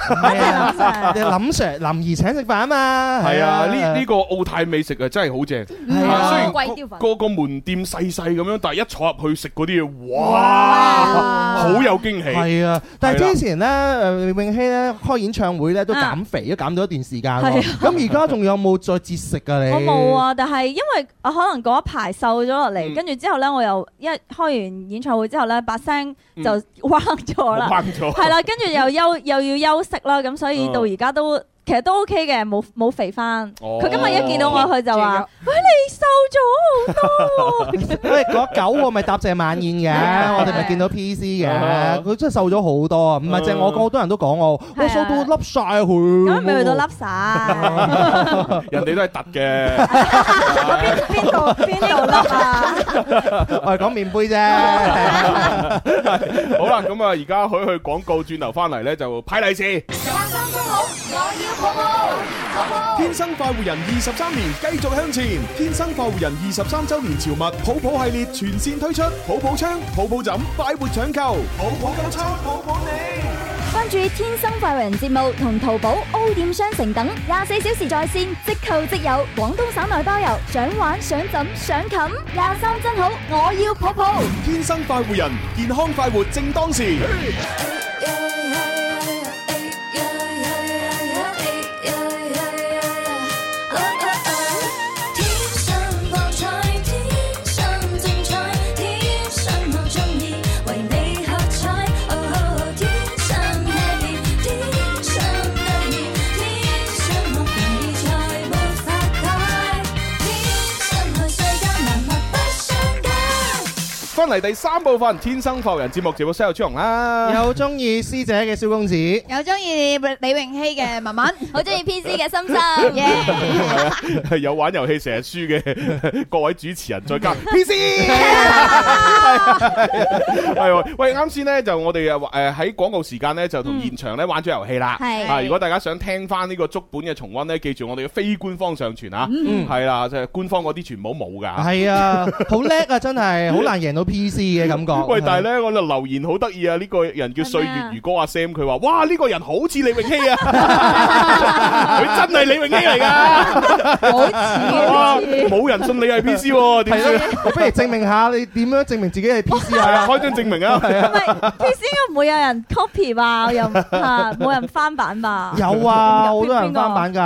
E: 你林 Sir 林怡請食飯啊嘛，
C: 係啊，呢呢個澳泰美食啊真係好正。
E: 係啊
C: 雖然
K: 貴啲份
C: 個個門店細細咁樣，但係一坐入去食嗰啲嘢，哇，好有驚喜。
E: 係啊，但
C: 係啦
E: 係之前咧，誒李永熙咧開演唱會咧都減肥，都減咗一段時間
F: 係
E: 喎。咁而家仲有冇再節食啊？你
F: 我冇，啊，但係因為我可能嗰一排瘦咗落
C: 嗯
F: 嚟，跟住之後咧，我又一開完演唱會之後咧，把聲就彎咗啦，
C: 崩咗。
F: 係啦，跟住又休又要休息啦，咁所以到而家都其實都 OK 嘅，冇冇肥翻。
C: 哦
F: 佢今日一見到我，佢就話：，喂，你瘦咗好多喎。
E: 喂，嗰九我咪答謝晚宴 嘅，我哋咪見到 PC 嘅，佢真係瘦咗好多啊！唔係淨係我講，好多人都講我，我瘦到凹晒佢。
F: 咁咪去到笠
E: Ờ.
F: 晒，
C: 人哋都係突嘅。
F: 邊度邊度笠啊？
E: 我係講面杯 啫。
C: 好啦，咁啊，而家可以去廣告，轉頭翻嚟咧就派利是。
G: 我要抱抱。
I: 天生快活人二十三年繼續向前，天生快活人二十三周年潮物抱抱系列全線推出，抱抱槍、抱抱枕，快活搶購，抱抱咁抽，抱抱你。
D: 關注《天生快活人》節目同淘寶 O 店商城等廿四小時在線，即購即有，廣東省內包郵，想玩想枕想冚，廿三真好，我要抱抱。
I: 天生快活人，健康快活正當時。
J: 天生博彩，天生精彩，天生我中意，為你喝彩。哦，天生 happy，天生得意，天生我願意再沒法改。天生愛世間萬物不相解。
C: 翻嚟第三部分《天生浮人》節目，直播室有朱紅啦，
E: 有中意師姐嘅小公子，
K: 有中意李永熙嘅文文，好中意 PC 嘅心 心，
C: 係啊有玩遊戲成日輸嘅 各位主持人，再 加 P C，係喎喂，啱先呢，就我哋誒喺廣告時間呢，就同
E: 嗯
C: 現場咧玩咗遊戲啦。
N: 係
C: 啊，如果大家想聽翻呢個足本嘅重温呢，記住我哋嘅非官方上傳啊，
E: 嗯
C: 係啦，即係官方嗰啲全部冇㗎。
E: 係啊，好叻啊，真係好難贏到 PC 嘅感覺。
C: 喂，但係咧，我哋留言好得意啊！呢個人叫歲月如歌阿 Sam，佢話：哇，呢個人好似李永熙 啊！佢真係李永熙嚟㗎，
E: 好
C: 哇冇人信你係 PC 喎，點算？啊
E: 我不如證明下你點樣證明自己係 PC
C: 係啊，
E: 啊？
C: 開張證明啊！
F: PC 應該唔會有人 copy 吧？又唔嚇冇人翻版吧？
E: 有啊，好多人翻版㗎，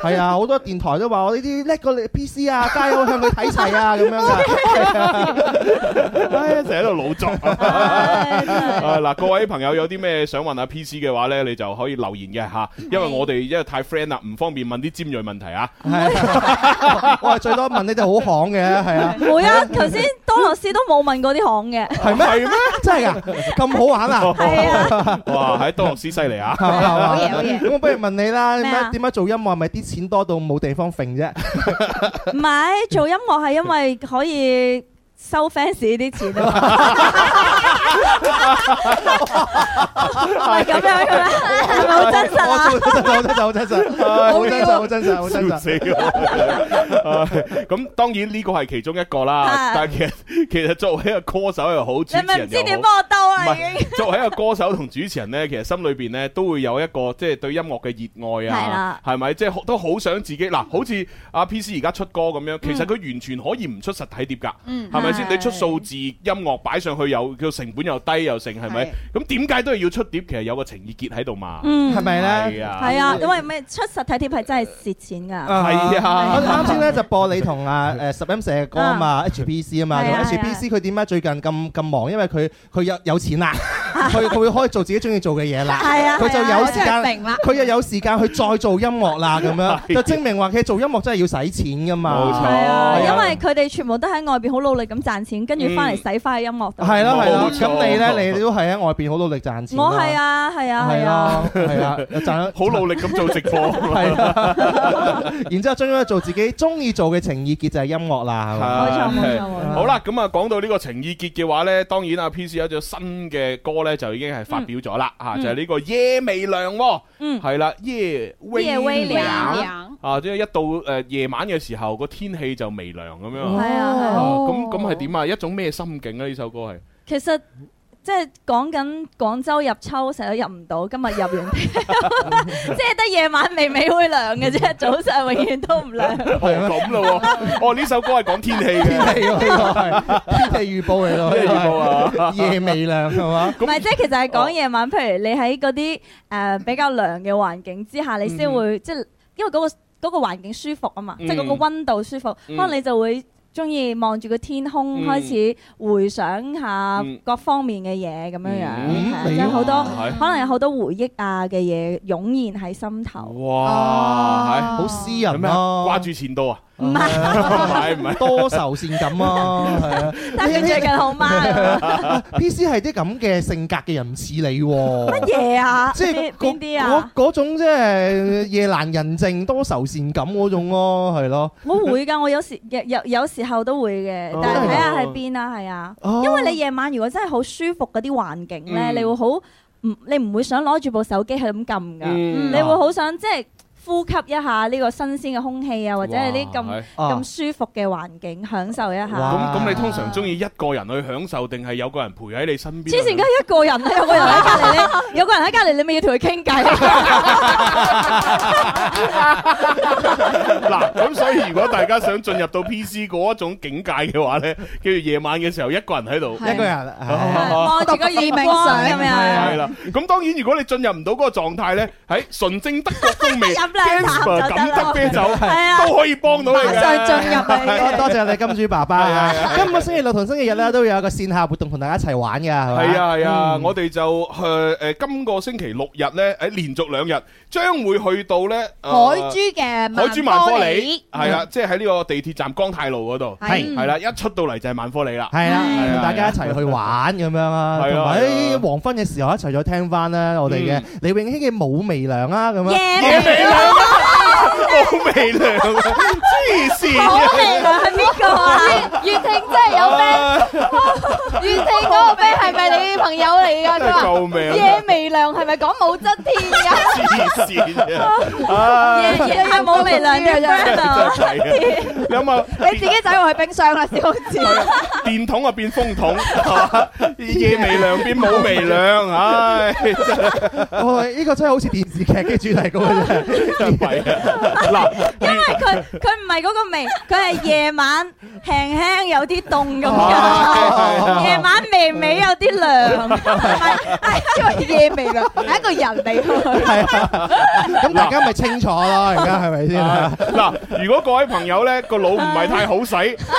E: 係啊，好多電台都話我呢啲叻過你 PC 啊，加油向佢睇齊 啊，咁樣㗎。
C: 唉，哎成日喺度 老作。啊嗱，各位朋友有啲咩想問下 PC 嘅話咧，你就可以留言嘅吓，因為我哋因為太 friend 啦，唔方便問啲尖鋭問題啊。
E: 啊 我係最多問你哋好行嘅，係啊。
F: 冇啊！頭先多羅斯都冇問嗰啲行嘅，
E: 係咩？
C: 啊
E: 係咩？真係㗎？咁好玩啊！
F: 係啊，
C: 哦哇，喺多樂斯犀利啊！
E: 係嘛
F: 好嘢好嘢
E: 咁我不如問你啦，點
F: 咩
E: 解
F: 啊
E: 點解做音樂係咪啲錢多到冇地方揈啫？
F: 唔係做音樂係因為可以收 fans 啲錢啊嘛。係咁樣嘅咩？係咪好真實啊？
E: 我做好真實，好真實，好真實，好真實，好真實，好真
C: 笑死
E: 實。
C: 我！ 啊咁當然呢個係其中一個啦，但係其實其實作為一個歌手又好，主
F: 啊
C: 持
F: 你咪唔
C: 人
F: 知
C: 又
F: 點
C: 好。
F: 幫我兜啊
C: 唔
F: 啦已經。
C: 係，作為一個歌手同主持人呢，其實心裏邊呢都會有一個即係對音樂嘅熱愛
F: 係
C: 啊
F: 啦，
C: 係咪？即係都好想自己嗱，好似阿 PC 而家出歌咁樣，其實佢完全可以唔出實體碟㗎，
F: 嗯
C: 係咪先？
F: 係
C: 你出數字音樂擺上去又個成本又低又剩，係咪？咁點解都係要出碟？其實有個情意結喺度嘛，
F: 嗯
E: 係咪呢
C: 係啊，
F: 係啊，因為咩出實體貼係真係蝕錢㗎。
C: 係啊
E: 我啱先咧就播你 同啊誒十音社嘅歌啊嘛，HBC 啊嘛，
F: 係
E: 同
F: 啊
E: HBC 佢點解最近咁咁忙？因為佢佢有有錢啦，佢佢會可以做自己中意做嘅嘢啦，
J: 係啊
E: 佢就
J: 係啊
E: 有
J: 我
E: 時
J: 真係
E: 間
J: 明啦，
E: 佢又有時間去再做音樂 啦，咁樣就證明話其實做音樂真係要使錢噶嘛，
C: 啊冇錯
F: 係啊，
E: 係
F: 因為佢哋全部都喺外邊好努力咁賺錢，跟住
C: 嗯
F: 翻嚟使翻去音樂度。
E: 係咯係咯
C: 冇，錯
E: 咁你咧你都係喺外邊好努力賺錢啦，
F: 我係啊係啊係
E: 係
F: 啊，
E: 啊係啊，賺
C: 好努力咁做直播。
E: 係啊， 然之後終於做自己中意做嘅情意結就係音樂啦，係嘛？
C: 係啊好啦，咁啊，講到呢個情意結嘅話呢，當然啊，PC 有一隻新嘅歌呢，就已經係發表咗啦，吓
E: 嗯
C: 就係呢個夜未亮喎，
F: 嗯
C: 係啦，夜
F: 夜微
C: Dạ.
K: Dạ.
F: 涼
C: 啊，即係一到誒夜晚嘅時候，個天氣就微涼咁樣啊。
F: 係啊係啊
C: 咁咁係點啊？一種咩心境呢？呢首歌係
F: 其實即係講緊廣州入秋，成日都入唔到，今日入 完， 即係得夜晚微微會涼嘅 啫，早上永遠都唔涼。
C: 哦咁咯喎，哦呢首歌係講天氣嘅，
E: 氣喎呢個係天氣預報嚟咯，
C: 天氣預報啊
E: 夜微涼係嘛？
F: 唔係，即係其實係
K: 哦
F: 講夜晚，譬如你喺嗰啲誒比較涼嘅環境之下，你先會即係因為嗰個嗰個環境舒服啊嘛，
K: 嗯
F: 即係嗰個温度舒服，可
K: 嗯
F: 能你就會。中意望住個天空，
K: 嗯
F: 開始回想下
K: 嗯
F: 各方面嘅嘢咁樣樣，
K: 嗯
F: 係啊
K: 你
F: 即係好多
C: 係
F: 可能有好多回憶啊嘅嘢湧現喺心頭。
C: 哇，係
E: 好私人
C: 咩
E: 咯，
C: 掛住前度啊？
E: Ờ.
F: 唔係，
C: 唔係唔係，
E: 多愁善感啊，係啊。
F: 但係佢最近好嗎？
E: P C 係啲咁嘅性格嘅人唔似你喎。
F: 乜嘢啊？
E: 即係
F: 邊邊
L: à?
F: 啲
E: 嗰
F: 啊？
E: 嗰種即係夜難人靜、多愁善感嗰種咯，係咯。
F: 我會㗎，我有時有有有時候都會嘅
E: 哦，
F: 但係睇下喺邊啦，係啊
E: 哦，
F: 因為你夜晚如果真係好舒服嗰啲環境咧，
K: 嗯
F: 你會好唔你唔會想攞住部手機係咁撳㗎，
K: 嗯
F: 你會好想即係。
L: 呼吸一下呢個新鮮嘅空氣啊，或者係啲咁
E: Ờ.
C: 哇係
L: 咁舒服嘅環境，享受一
C: 咁
L: 下。
C: 咁，你通常中意一個人去享受，定係有個人陪喺你身邊？
L: 黐線，梗係一個人啦，有個人喺隔離你，有個人喺隔離，你咪要同佢傾偈。
C: 嗱，咁所以如果大家想進入到 PC 嗰一種境界嘅話咧，叫住夜晚嘅時候一個人喺度，
E: 一個人
L: 望住個月光咁樣
C: 係啦，咁當然如果你進入唔到嗰個狀態咧，喺純正德國 風味
L: 飲兩啖就得
C: Gansper
L: 啦
C: 錦德啤酒
L: 係啊
C: 都可以幫到你嘅。
E: 多多謝你金主爸爸啊！今個星期六同星期日咧都有一個線下活動同大家一齊玩㗎，係咪？
C: 係啊係
E: Ừ.
C: 啊，我哋就誒誒今個星期六日咧，誒連續兩日將會去到咧
F: 海珠嘅
C: 海珠萬科里
F: 萬科
C: 係啦，即係喺呢個地鐵站江泰路嗰度，
F: 係
C: 係啦，一出到嚟就係萬科里啦，
E: 係啦，
C: 係啊
E: 同大家一齊去玩咁樣啊，
C: 係啊嗯
E: 同埋
C: 係
E: 喺黃昏嘅時候一齊再聽翻啦，我哋嘅李永興嘅《武媚娘》啊，咁樣。
L: 夜
C: 未涼啊，冇微涼啊，黐線啊！
F: 好味啊係邊個啊？月婷真係有 friend，月婷嗰個 friend 係咪你朋友嚟㗎？佢話
C: 救命啊
F: 夜微涼係咪講武則天 㗎？
C: 黐線啊！
F: 夜
C: 唉
L: Dạ,
F: 夜係
L: 冇微涼嘅 friend 啊
C: 真係啊！你諗下，
F: 你自己走入去冰箱啦，小公子。
C: 電筒啊變風筒，係嘛夜微涼變冇微涼，唉，真
E: 我哦呢個真係好似電視劇嘅主題曲嘅 啫。
C: 係啊！
L: 因為佢佢唔係嗰個味，佢係夜晚輕輕有啲凍咁
C: 哦
L: 嘅，夜晚微微有啲涼，係因為夜微涼係一個人嚟㗎。
E: 咁大家咪清楚咯，而家係咪先 啊？
C: 嗱嗱，如果各位朋友咧個腦唔係太 好使，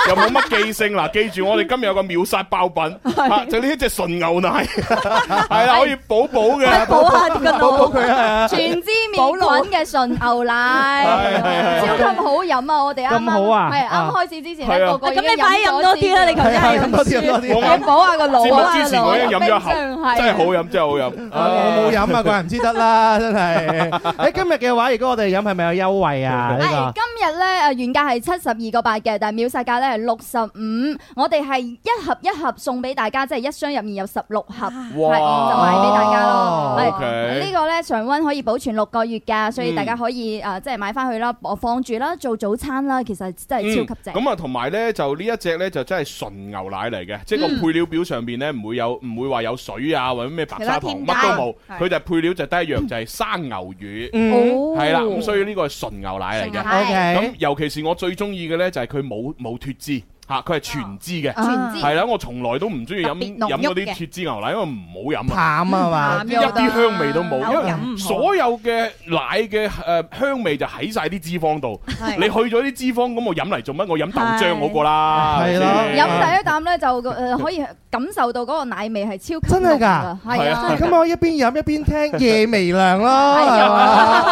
C: 又冇乜記性，嗱，記住我哋今日有個秒殺爆 品，啊就呢一隻純牛 奶，係啦，可以補補嘅。
L: 補下個腦，
E: 佢啊，
F: 全脂面菌嘅純牛奶，
C: 係係係
F: 超級好飲啊！我哋啱啱
E: 咁好啊
F: 係
E: 啊
F: 啱開始之前
C: 係
F: 咧，
C: 啊
F: 個個已經
L: 咁你快啲飲多啲啦
F: 咗
L: 你求其
E: 係
F: 先
E: 啊，飲多啲，飲多
C: 我
E: 啲。
F: 你補下 個
C: 節
F: 腦啊！
C: 目之前我已經飲咗一口，真係好飲，真係 好飲。
E: 我冇飲啊，怪唔知得啦，真係。誒，今日嘅話，如果我哋飲係咪有優惠啊？呢
F: 係
E: 個
F: 今日咧，誒原價係七十二個八嘅，但係秒殺價咧係六十五，我哋係一盒一盒送俾大家，即係一箱入面有十六盒，係就
C: 哇
F: 賣俾大家
E: 哦
F: 咯。
C: OK Ừ.
F: 係呢個咧常温可以保存六個月㗎，所以大家可以誒即係買翻去啦，我放住啦，做早餐啦，其實真係超級正。
C: 咁啊，同埋咧就呢一隻咧就真係純牛奶嚟嘅，即係個配料表上邊咧唔會有唔會話有水啊或者咩白砂糖乜
L: 其他添加
C: 都冇，
L: 係
C: 佢就係配料就得一樣就係生牛乳，
E: 嗯
F: 哦
C: 係啦，咁所以呢個係純牛奶嚟嘅。咁
E: ，OK，
C: 尤其是我最中意嘅咧就係佢冇冇脱脂嚇，佢係全脂嘅。
F: 全脂
C: 係啦，我從來都唔中意飲
L: 哦特別濃
C: 飲嗰
L: 郁嘅
C: 啲脱脂牛奶，因為唔好飲
E: 淡
C: 啊，
E: 啊嘛，
C: 一啲香味都冇，
L: 口感
C: 因
L: 唔
C: 為
L: 好
C: 所有嘅奶嘅誒香味就喺晒啲脂肪度。你去咗啲脂肪，咁我飲嚟做乜？我飲豆漿好過啦，
E: 係
C: 咪
E: 啦
C: 先
F: 飲第一啖咧就誒可以感受到嗰個奶味係超級
E: 真係㗎
F: 濃㗎，係啊，
E: 哎咁我一邊飲一邊聽夜微涼咯，係啊嘛？
L: 啊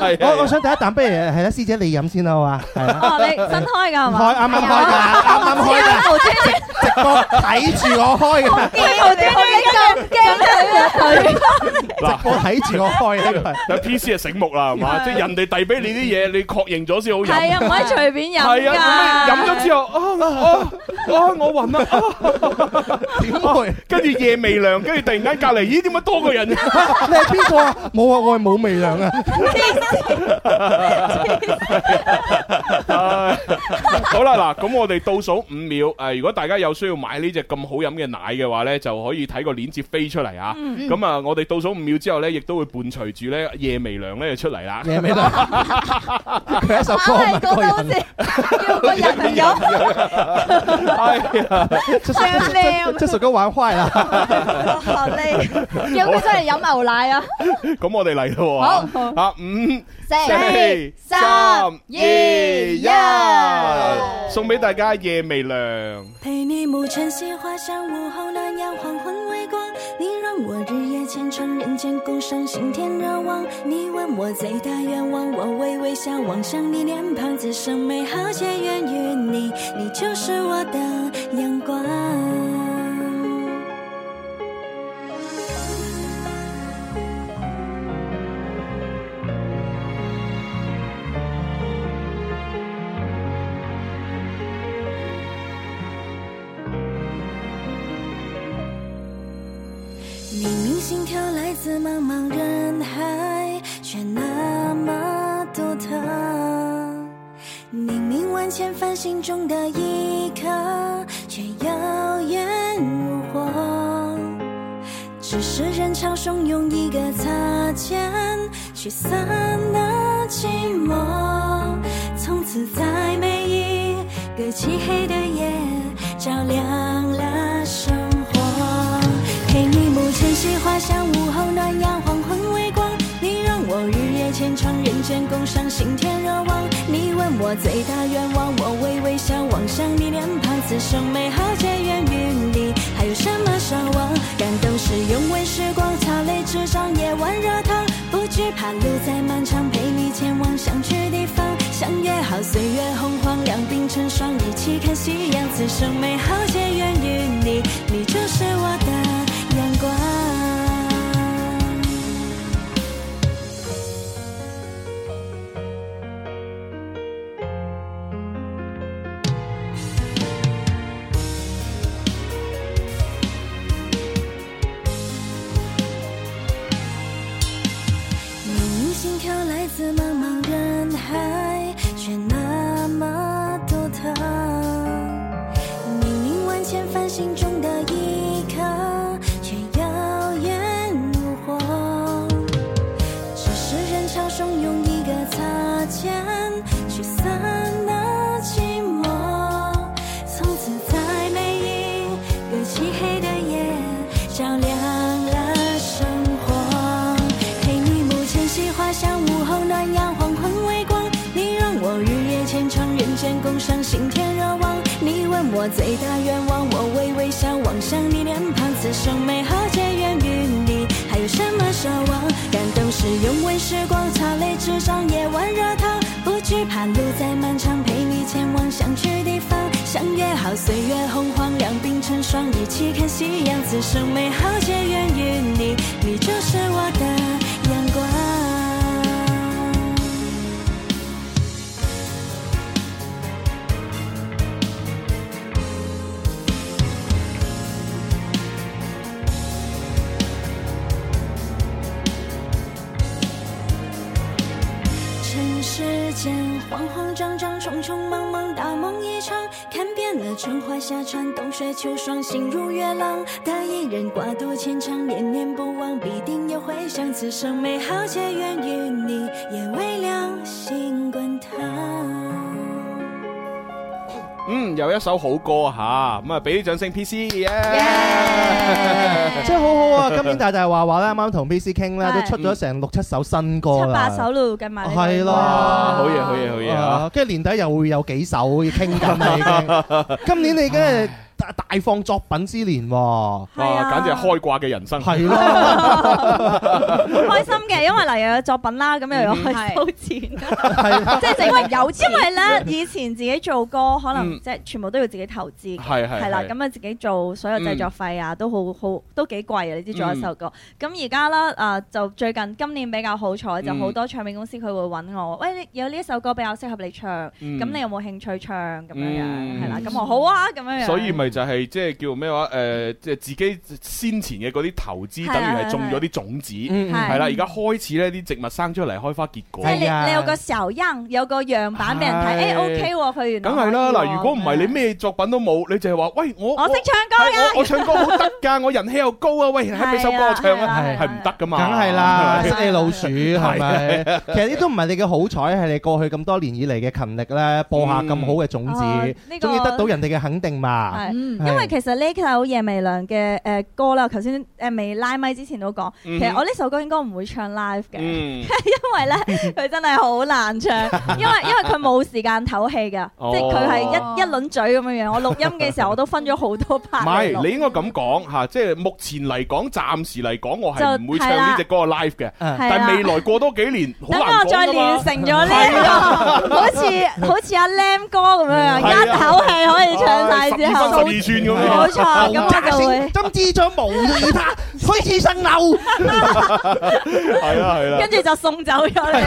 C: 係啊
E: 我我想第一啖，不如係啦，師姐你飲先啦，好嘛？啊係 啊
L: 哦，你新開㗎係啊嘛？
E: 開啱啱開㗎，啱啱開㗎，
L: 無端端
E: 直播睇
L: 啊
E: 住我開㗎，
L: 無端端咁驚佢
C: 嗱
E: 直播睇住我開呢個係。
C: 有 P C 就醒目啦，係嘛？
L: 係啊
C: 即係人哋遞俾你啲嘢，你確認咗先好
L: 係
C: 飲。
L: 啊，唔可以隨便飲㗎。
C: 係啊，咁你飲咗之後，啊啊啊，我暈啦！啊
E: 點會？
C: 跟住夜未涼，跟住突然間隔離，咦？點解多個人？
E: 你係邊個啊？冇啊，我係冇微涼啊！
C: 唉好啦，嗱，咁我哋倒數五秒，誒，如果大家有需要買呢只咁好飲嘅奶嘅話呢，就可以睇個鏈接飛出嚟啊！咁啊，我哋倒數五秒之後呢，亦都會伴隨住呢夜微涼呢就出嚟啦。
E: 夜微涼，佢係一首歌
F: 硬
E: 唔
F: 係
E: 係
F: 覺
E: 個
F: 得好似
E: 人。
F: 要個 人飲。
C: 哎呀
E: 這首這這首歌玩壞了，
F: 有冇真係飲牛奶啊？
C: 咁我哋嚟咯喎，啊五
F: 四
C: 四三二一，送俾大家夜微涼。
J: 陪你沐晨曦花香，午后暖阳，黄昏微光。你让我日夜虔诚，人间共赏，心田热望。你问我最大愿望，我微微笑，望向你脸庞，此生美好皆源于你，你就是我的阳光。明明心跳来自茫茫人海，却那么千帆心中的依靠，却遥远如火。只是人潮汹涌，一个擦肩，驱散了寂寞。从此，在每一个漆黑的夜，照亮了生活。陪你幕前夕花香，午后暖阳，黄昏微光。你让我日夜虔诚，人间共赏，心田热望。你问我最大愿望，我微微笑，望向你脸庞，此生美好皆源于你。还有什么奢望？啊感动是永温时光，擦泪纸张，夜晚热汤，不惧怕路再漫长，陪你前往想去地方。相约好，岁月洪荒，两鬓成霜，一起看夕阳，此生美好皆源于你，你就是我的阳光。你心跳来自茫茫人海，却那么独特。明明万千帆，心中的依靠，却遥远如火。只是人潮汹涌，一个擦肩，驱散了寂寞。从此，在每一个漆黑的夜，照亮了生活。陪你幕前夕花香，午后暖阳，黄昏微光。你让我日夜虔诚，人间共赏，心田热望。你问我最大愿望，我微微笑，望向你脸庞，此生美好皆源于你。还有什么奢望？感动是用温时光，擦泪纸张，夜晚热汤，不惧怕路再漫长，陪你前往想去地方。相约好，岁月洪荒，两鬓成霜，一起看夕阳，此生美好皆源于你，你就是我的阳光。尘世间慌慌张张，匆匆忙忙，大梦一场，看遍了春花夏蝉，冬雪秋霜，心如月朗。得一人挂肚牵肠，念念不忘，必定有回响。此生美好皆源于你，也为良心滚烫。
C: 嗯，有一首好歌吓，咁啊，俾啲掌聲 P C 耶！
E: 真係好好啊！今年大大話話咧，啱啱同 B C 傾咧，都出咗成六七首新歌啦，
L: 八首路計埋呢個
E: 係
C: 哇
E: 啦，
C: 好嘢好嘢好嘢啊
E: 啊！跟住年底又會有幾首要傾 緊啦，已經。今年你梗係大大放作品之年喎，
L: 啊
C: 哇，啊簡直係開掛嘅人生。
E: 係咯。
L: 開心嘅，因為嗱又有作品啦，咁
C: 嗯
L: 又有開收錢，即 係
J: 證明有錢
L: 因為咧，以前自己做歌，可能
C: 嗯
L: 即係全部都要自己投資嘅，
C: 係係
L: 係啦，
C: 係嗯
L: 咁啊自己做所有製作費啊，都好好都幾貴啊！你知做一首歌，咁而家啦，啊就最近今年比較好彩，就
J: 嗯
L: 好多唱片公司佢會揾我，喂，你有呢一首歌比較適合你唱，
C: 嗯
L: 咁你有冇興趣唱咁樣
C: 嗯
L: 樣？係啦，咁我好啊，咁樣樣。
C: 所以咪就係即係叫咩話誒，即係自己先前嘅嗰啲投資，
L: 係啊
C: 等於係種咗啲種子，
L: 嗯嗯
C: 係啦。而家開始呢啲植物生出嚟，開花結果。
L: 即係你你有個小樣，有個樣板俾人睇，
C: 係
L: 誒 OK 喎，佢原來
C: 梗係啦，
L: 可以喎
C: 嗱，如果唔係你咩作品都冇，你就係話喂我
L: 我識啊唱歌
C: 係
L: 㗎
C: 我我唱歌好得㗎，我人氣又高啊，喂，俾首歌我唱
E: 係啊
C: 啊
E: 係啊，
C: 係唔得㗎嘛，
E: 梗係啦，識你老鼠 係咪
C: 係？
E: 其實呢都唔係你嘅好彩，係你過去咁多年以嚟嘅勤力咧，播下咁好嘅種
L: 嗯哦
E: 子
L: 呢，個
E: 終於得到人哋嘅肯定嘛
L: 係，。
E: 係
L: 因為其實呢首夜微涼嘅誒歌啦，頭先誒未拉咪之前都講，
J: 嗯
L: 其實我呢首歌應該唔會唱 live 嘅，
J: 嗯
L: 因為咧佢真係好難唱，因為因為佢冇時間唞氣㗎，
C: 哦
L: 即係佢係一一輪嘴咁樣樣。我錄音嘅時候我都分咗好多 part
C: 唔
L: 嚟
C: 係，
L: 錄。
C: 你應該咁講嚇，即係目前嚟講，暫時嚟講，我係唔會唱
L: 就係啦
C: 呢只歌 live 嘅。
L: 嗯
C: 但係未來過多幾年，好
L: 等
C: 難
L: 我
C: 講
L: 再
C: 㗎嘛啊
L: 練成咗呢一 個，好似好似阿 Lam 哥咁樣樣，
C: 係啊
L: 一口氣可以唱晒之
C: 12
L: 後，
C: 分二寸咁樣。
E: 針知將無意他，推至生漏。
C: 係啦係啦。啊
L: 跟住就送走 咗你。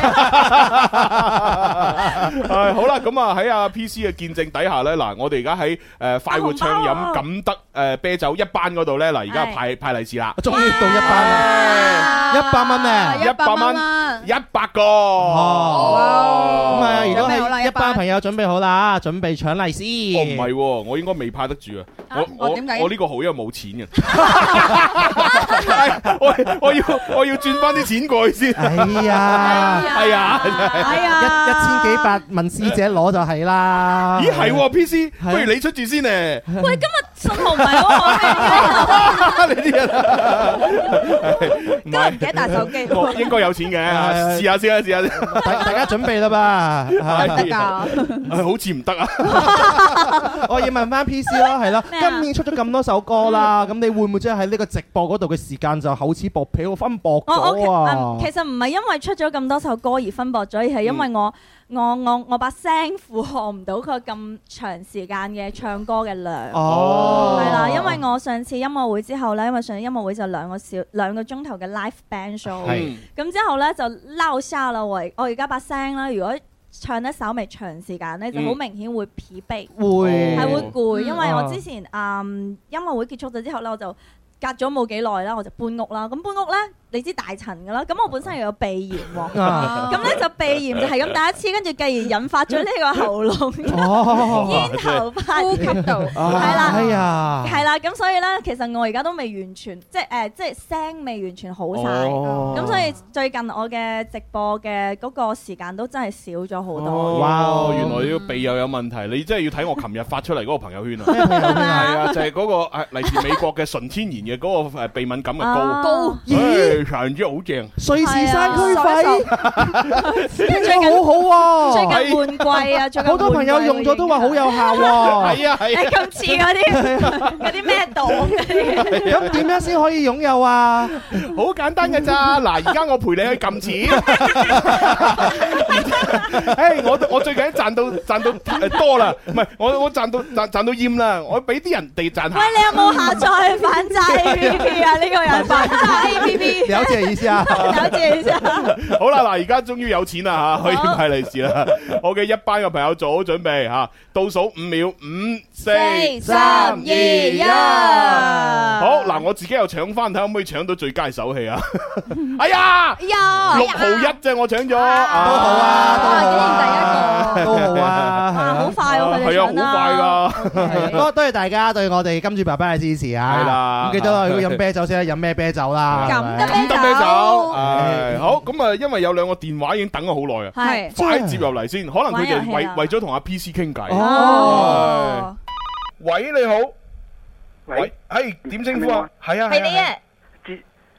C: 係好啦，咁啊喺阿 P C 嘅見證底下咧，嗱，我哋而家喺誒快活暢飲錦德誒啤酒一班嗰度咧，嗱，而家派派利是啦，
E: 終於到一班啦，一百蚊啊，
C: 一百蚊，一百個，
E: 哦咁啊，
C: 哦
E: 如果係一班朋友準備好啦，準備搶利是。
C: 我哦唔係喎，我應該未派得住啊！我我
L: 哦
E: 我點解
C: 我呢個好，因為冇錢嘅。 哎我我要我要轉翻啲錢過去先。
E: 哎呀，
L: 哎
C: 係啊，係啊。
E: 一一千幾百問師姐攞就係啦。
C: 咦係喎，P C，不如你出住先咧。
L: 喂，今日信號唔係好啊 好
C: 你啲啊人，唔係唔記
L: 得帶手機
C: 我應該有錢嘅，試下先啦，試下先。
E: 大大家準備 啦啊
C: 係
E: 噃，
C: 唉好似唔得啊！
E: 我要問翻 P C 啦，係啦，
L: 啊
E: 今年出咗咁多首歌啦，
L: 嗯
E: 咁你會唔會即係喺呢個直播嗰度嘅時間就厚此薄彼我分薄
L: 我我
E: 咗啊
L: 嗯？其實唔係因為出咗咁多首歌而分薄咗，而係
C: 嗯
L: 因為我我我我把聲負荷唔到佢咁長時間嘅唱歌嘅量。
E: 哦
L: 係啦，因為我上次音樂會之後咧，因為上次音樂會就兩個小兩個鐘頭嘅 live band show，
E: 係
L: 咁之後咧就撈沙啦喎，我而家把聲啦，如果唱得稍微長時間咧，就好
E: 嗯
L: 明顯會疲憊，
E: 會
L: 係會攰，
E: 嗯
L: 因為我
E: 啊
L: 之前嗯音樂會結束咗之後咧，我就隔咗冇幾耐啦，我就搬屋啦。咁搬屋咧，你知大塵噶啦，咁我本身又有鼻炎 喎，
K: Dạ.
F: 啊
L: 咁咧就鼻炎就係咁第一次，跟住繼而引發咗呢個喉嚨。
E: 哦，
L: 煙頭發呼吸道係啦，
E: 哎呀，
L: 係啦，咁所以咧，其實我而家都未完全，即係誒、即係聲未完全好晒。
E: 哦
L: 咁、所以最近我嘅直播嘅嗰個時間都真係少咗好多。
C: 哦哇！原來呢個鼻又有問題，你真係要睇我琴日發出嚟嗰個朋友圈啊！
E: 咩朋友圈啊
C: 係啊，就係嗰個誒嚟自美國嘅純天然嘅嗰個誒鼻敏感嘅膏，
L: 啊膏
C: 誒強之好正。
E: 瑞士山區
L: 啊
E: 費，
L: 最
E: 呢個好好
L: 最
E: 喎。
L: 近換季啊，最近
E: 好多朋友用咗 都話好有效喎。
C: 係啊係
L: 誒咁似嗰 啲嗰啲咩黨嗰啲。
E: 咁點樣先可以擁有 啊？
C: 哎好簡單嘅咋，嗱，而家我陪你去撳錢。 誒，我我最近賺到賺到誒多啦，唔係我我賺到賺賺到厭啦，我俾啲人哋賺下
L: 喂，。你有冇下載反詐 A P P 啊？呢個人反詐 A P P。
E: 了解意思 啊？
L: 了解意思啊。
C: 好啦，嗱，而家終於有錢啦嚇，可以派利是啦。我嘅一班嘅朋友做好準備嚇，倒數五秒，五、四、
F: 三二一
C: 好嗱，我自己又搶翻，睇可唔可以搶到最佳手氣啊！哎呀，
L: 呀
C: 六毫一啫，我搶咗，都好啊，
E: 都 好啊，係啊，
L: 好快喎佢哋
C: 係
L: 搶啦
C: 啊，好快㗎。
E: 多多謝大家對我哋金主爸爸嘅支持啊！
C: 係啦
E: 咁記得啦，如果飲啤酒先啦，飲咩啤酒啦？
L: 咁得
E: 係咪
L: 啤 酒
C: 得啤酒，係好咁啊！因為有兩個電話已經等咗好耐啊，
L: 係
C: 快接入嚟先，可能佢
L: 玩遊戲
C: 哋
L: 啊
C: 為為咗同阿 P C 傾偈。
E: 哦
C: 係，喂你好，喂，係點稱呼啊？係啊，係啊，係啊
A: 自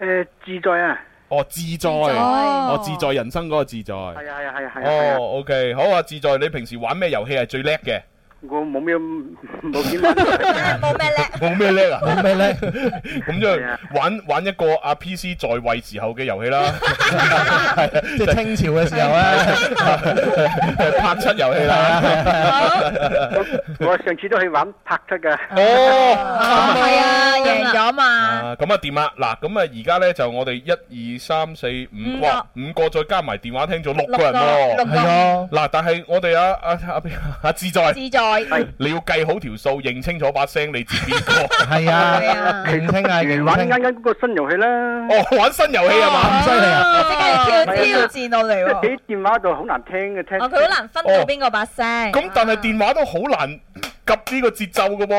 A: 誒自在啊，
C: 哦自在，哦自在人生嗰個自在。
A: 係啊係啊係啊係啊係
C: 哦
A: 啊，
C: ，OK，好啊，自在，你平時玩咩遊戲係最叻嘅？
A: 我冇咩 冇點玩，
C: 冇咩叻啊？冇咩叻？ 咁就玩玩一個阿 P C 在位時候嘅遊戲 啦，
E: 即係清朝嘅時候咧，
C: 拍七遊戲啦。
A: 我上次都去玩拍出㗎。
C: 哦，
A: 係啊，
K: 贏咗嘛，
C: 啊，咁啊掂啦，嗱，咁啊而家咧就我哋一二三四五，
K: 五
C: 哇，五個再加埋電話聽咗六個人
K: 六
C: 喎，
K: 個係啊
C: 嗱，但係我哋啊阿阿阿阿志在，
K: 志在
C: 你要計好條數，認清楚把聲，你知邊個？
E: 係啊，認清啊，認
A: 玩
E: 清
A: 啱。啱嗰個新遊戲啦。
C: 哦，玩新遊戲啊嘛，
K: 哦
E: 咁犀利啊！
K: 即係挑挑戰我哋喎。
A: 喺電話度好難聽嘅聽。
K: 哦，佢好難分到邊個把聲。
C: 哦咁但係電話都好難及呢個節奏嘅喎，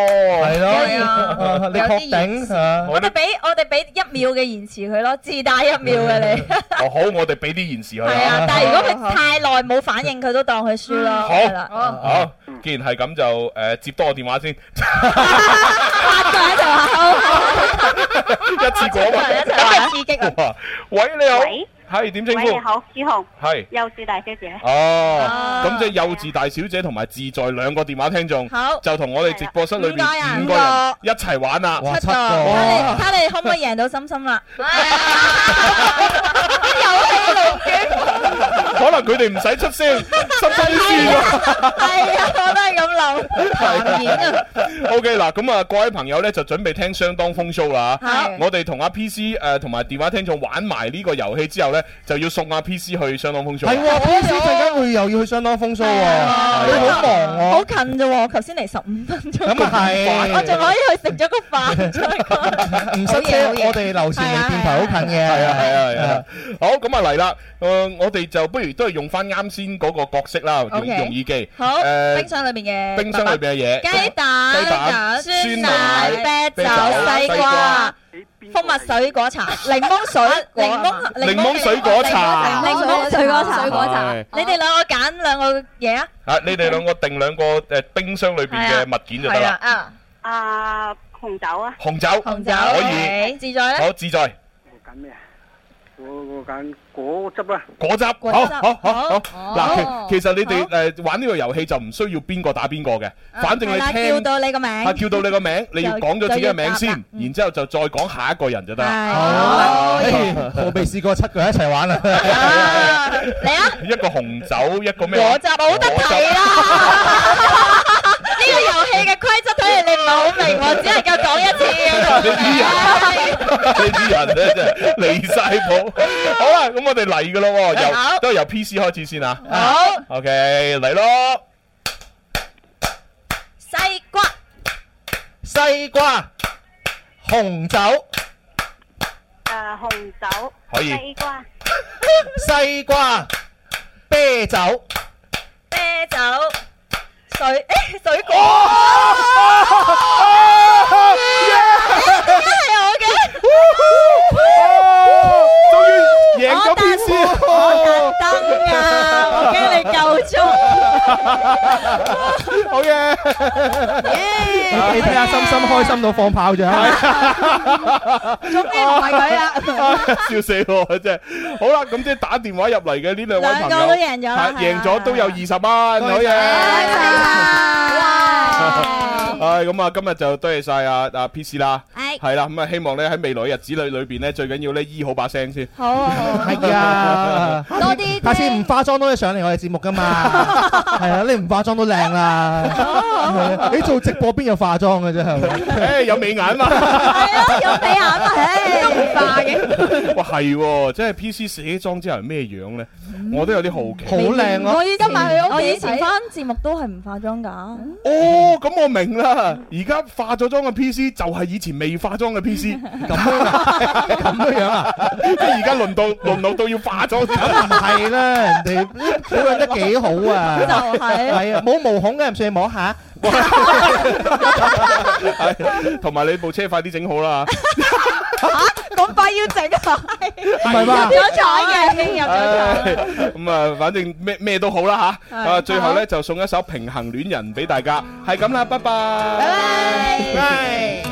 E: 係咯係啊
K: 啊你確定
E: 嚇？
C: 我
K: 我哋
C: 哋
K: 俾我哋俾一秒嘅延遲佢咯，自帶一秒嘅你。
C: 哦好，我哋俾啲延時佢
K: 係啊
C: 啦，。
K: 但係如果佢太耐冇反應，佢都當佢輸咯。
C: 好啊
K: 係啦，
C: 好，既然係咁就誒接多個電話先，
K: 喺度啊，
C: 一次過啊嘛。
K: 一齊玩，一齊玩，刺激啊！
C: 哇喂，你好，係點稱
O: 喂，
C: 呼？
O: 你好，朱紅，
C: 係
O: 幼稚大小姐。
C: 哦，咁即係幼稚大小姐同埋自在兩個電話聽眾
L: 好，啊
C: 就同我哋直播室裏邊
L: 五
C: 五
L: 個
C: 個
L: 人
C: 人一齊玩啊！
L: 七個，睇你睇你可唔可以贏到心心啦？
C: 可能佢哋唔使出 聲，心心啲輸咗。
L: 係啊，我都係咁諗。當 然啊，
C: O K 嗱，咁啊，各位朋友咧就準備聽相當風騷啦
L: 係。
C: 我哋同阿 P C 誒同埋電話聽眾玩埋呢個遊戲之後咧，就要送阿 P C 去相當風騷。
E: 係喎，P C 陣間會又要去相當風騷喎，你好忙喎。
L: 啊好近啫喎，我頭先嚟十五分鐘。
E: 咁啊係
L: 我仲可以去食咗個飯出去。
E: 唔塞車，我哋樓前離電台好近嘅。
C: 係啊係啊係啊！好咁啊嚟啦，誒我哋就不如都係用翻啱先嗰個角色啦，容
L: OK
C: 容易記。
L: 好，
C: 誒
L: 冰箱裏邊嘅
C: 冰箱裏邊嘅嘢
L: 雞
C: 雞
L: 蛋、
C: 蛋
L: 酸
C: 酸奶、
L: 奶啤
C: 啤
L: 酒、
C: 酒
L: 西
C: 西
L: 瓜
C: 瓜、
L: 蜂蜜水果茶、 檸檬水、檸檬
C: 檸檬水果茶
L: 檸檬水果茶、
C: 水果茶係
L: 你哋兩個揀兩個嘢啊！
C: 啊，你哋兩個定兩個誒冰箱裏邊嘅物件就得啦。
L: 啊，
O: 啊，紅酒啊，
C: 紅酒，
L: 紅酒
C: 可以，
L: OK，自在
C: 好
L: 咧，
C: 自在。
N: 揀咩啊？我我揀果汁啦。
C: 果汁，
N: 果
C: 好
N: 汁
C: 好好好。
N: 哦
C: 嗱，其其實你哋誒玩呢個遊戲就唔需要邊個打邊個嘅，反正
L: 係
C: 你
L: 啦叫
C: 聽
L: 到你個名，
C: 啊叫到你個名，你要
L: 就
C: 講咗自己嘅名
L: 就要
C: 先
L: 答啦，
C: 然之後就再講下一個人就得
L: 係
C: 啦。
E: 哎我未試過七個人一齊玩啊！
C: 一個紅酒，一個咩？
L: 果汁好得睇呢個遊戲嘅規則睇嚟你唔係好明喎，只能夠講一次。
C: 你啲人，你啲人咧真係離晒譜。好啦，咁我哋嚟噶咯喎，
L: 好
C: 由都係由 PC 開始先啊。
L: 好
C: ，OK 嚟咯，
L: 西瓜、
E: 西瓜、紅酒、
O: 誒，紅酒，
E: 可以
O: 西瓜，
E: 西瓜、啤酒，
L: 啤酒、水誒水果。
C: 終於
J: 贏咗
C: PC
J: 我
L: 特登啊，我驚你夠鐘。
C: 好嘢！
E: 你你睇下心心開心到放炮仗，
L: 終於唔係佢啦。
C: 笑死我真係。好啦，咁即係打電話入嚟嘅呢兩位朋友，
L: 兩個都贏咗啦
C: 係贏咗都有二十蚊，好
L: Dạ,
C: 嘢！Dạ. 唉，咁啊，今日就多謝晒啊啊 PC 啦，
L: 係
C: 係啦，咁啊，希望咧喺未來日子裏裏邊咧，最緊要咧醫好把聲先。
L: 好啊，
E: 係啊，
L: 多啲
E: 下次唔化妝都可以上嚟我哋節目噶嘛，係啊，你唔化妝都靚啦，你做直播邊有化妝嘅啫，係咪？
C: 誒，有美眼嘛？
L: 你啊，唉
F: Dạ.
L: 都唔化 嘅。
C: 哇，係喎，即係 PC 卸妝之後係咩樣咧？我都有啲好奇。
E: 好靚咯
L: 我以前我以前
C: 睇
L: 翻節目都係唔化妝㗎。
C: 哦，咁我明啦。而家化咗妝嘅 PC 就係以前未化妝嘅 PC，咁樣啊，咁樣啊，即係而家輪到輪到到要化妝 先
E: 唔係啦，人 哋保養得幾好啊，
C: 就係
E: 係啊，冇毛孔嘅唔信你摸下，
C: 係同埋你部車快啲整好啦。
L: 嚇，咁快要整啊？唔
C: 係嘛
E: Vâng.
L: 入咗廠嘅，已經入咗廠。
C: 咁啊，反正咩咩都好啦吓。
L: 係
C: 啊，最後咧就送一首《平衡戀人》俾大家，係咁啦，拜拜。拜
L: 拜。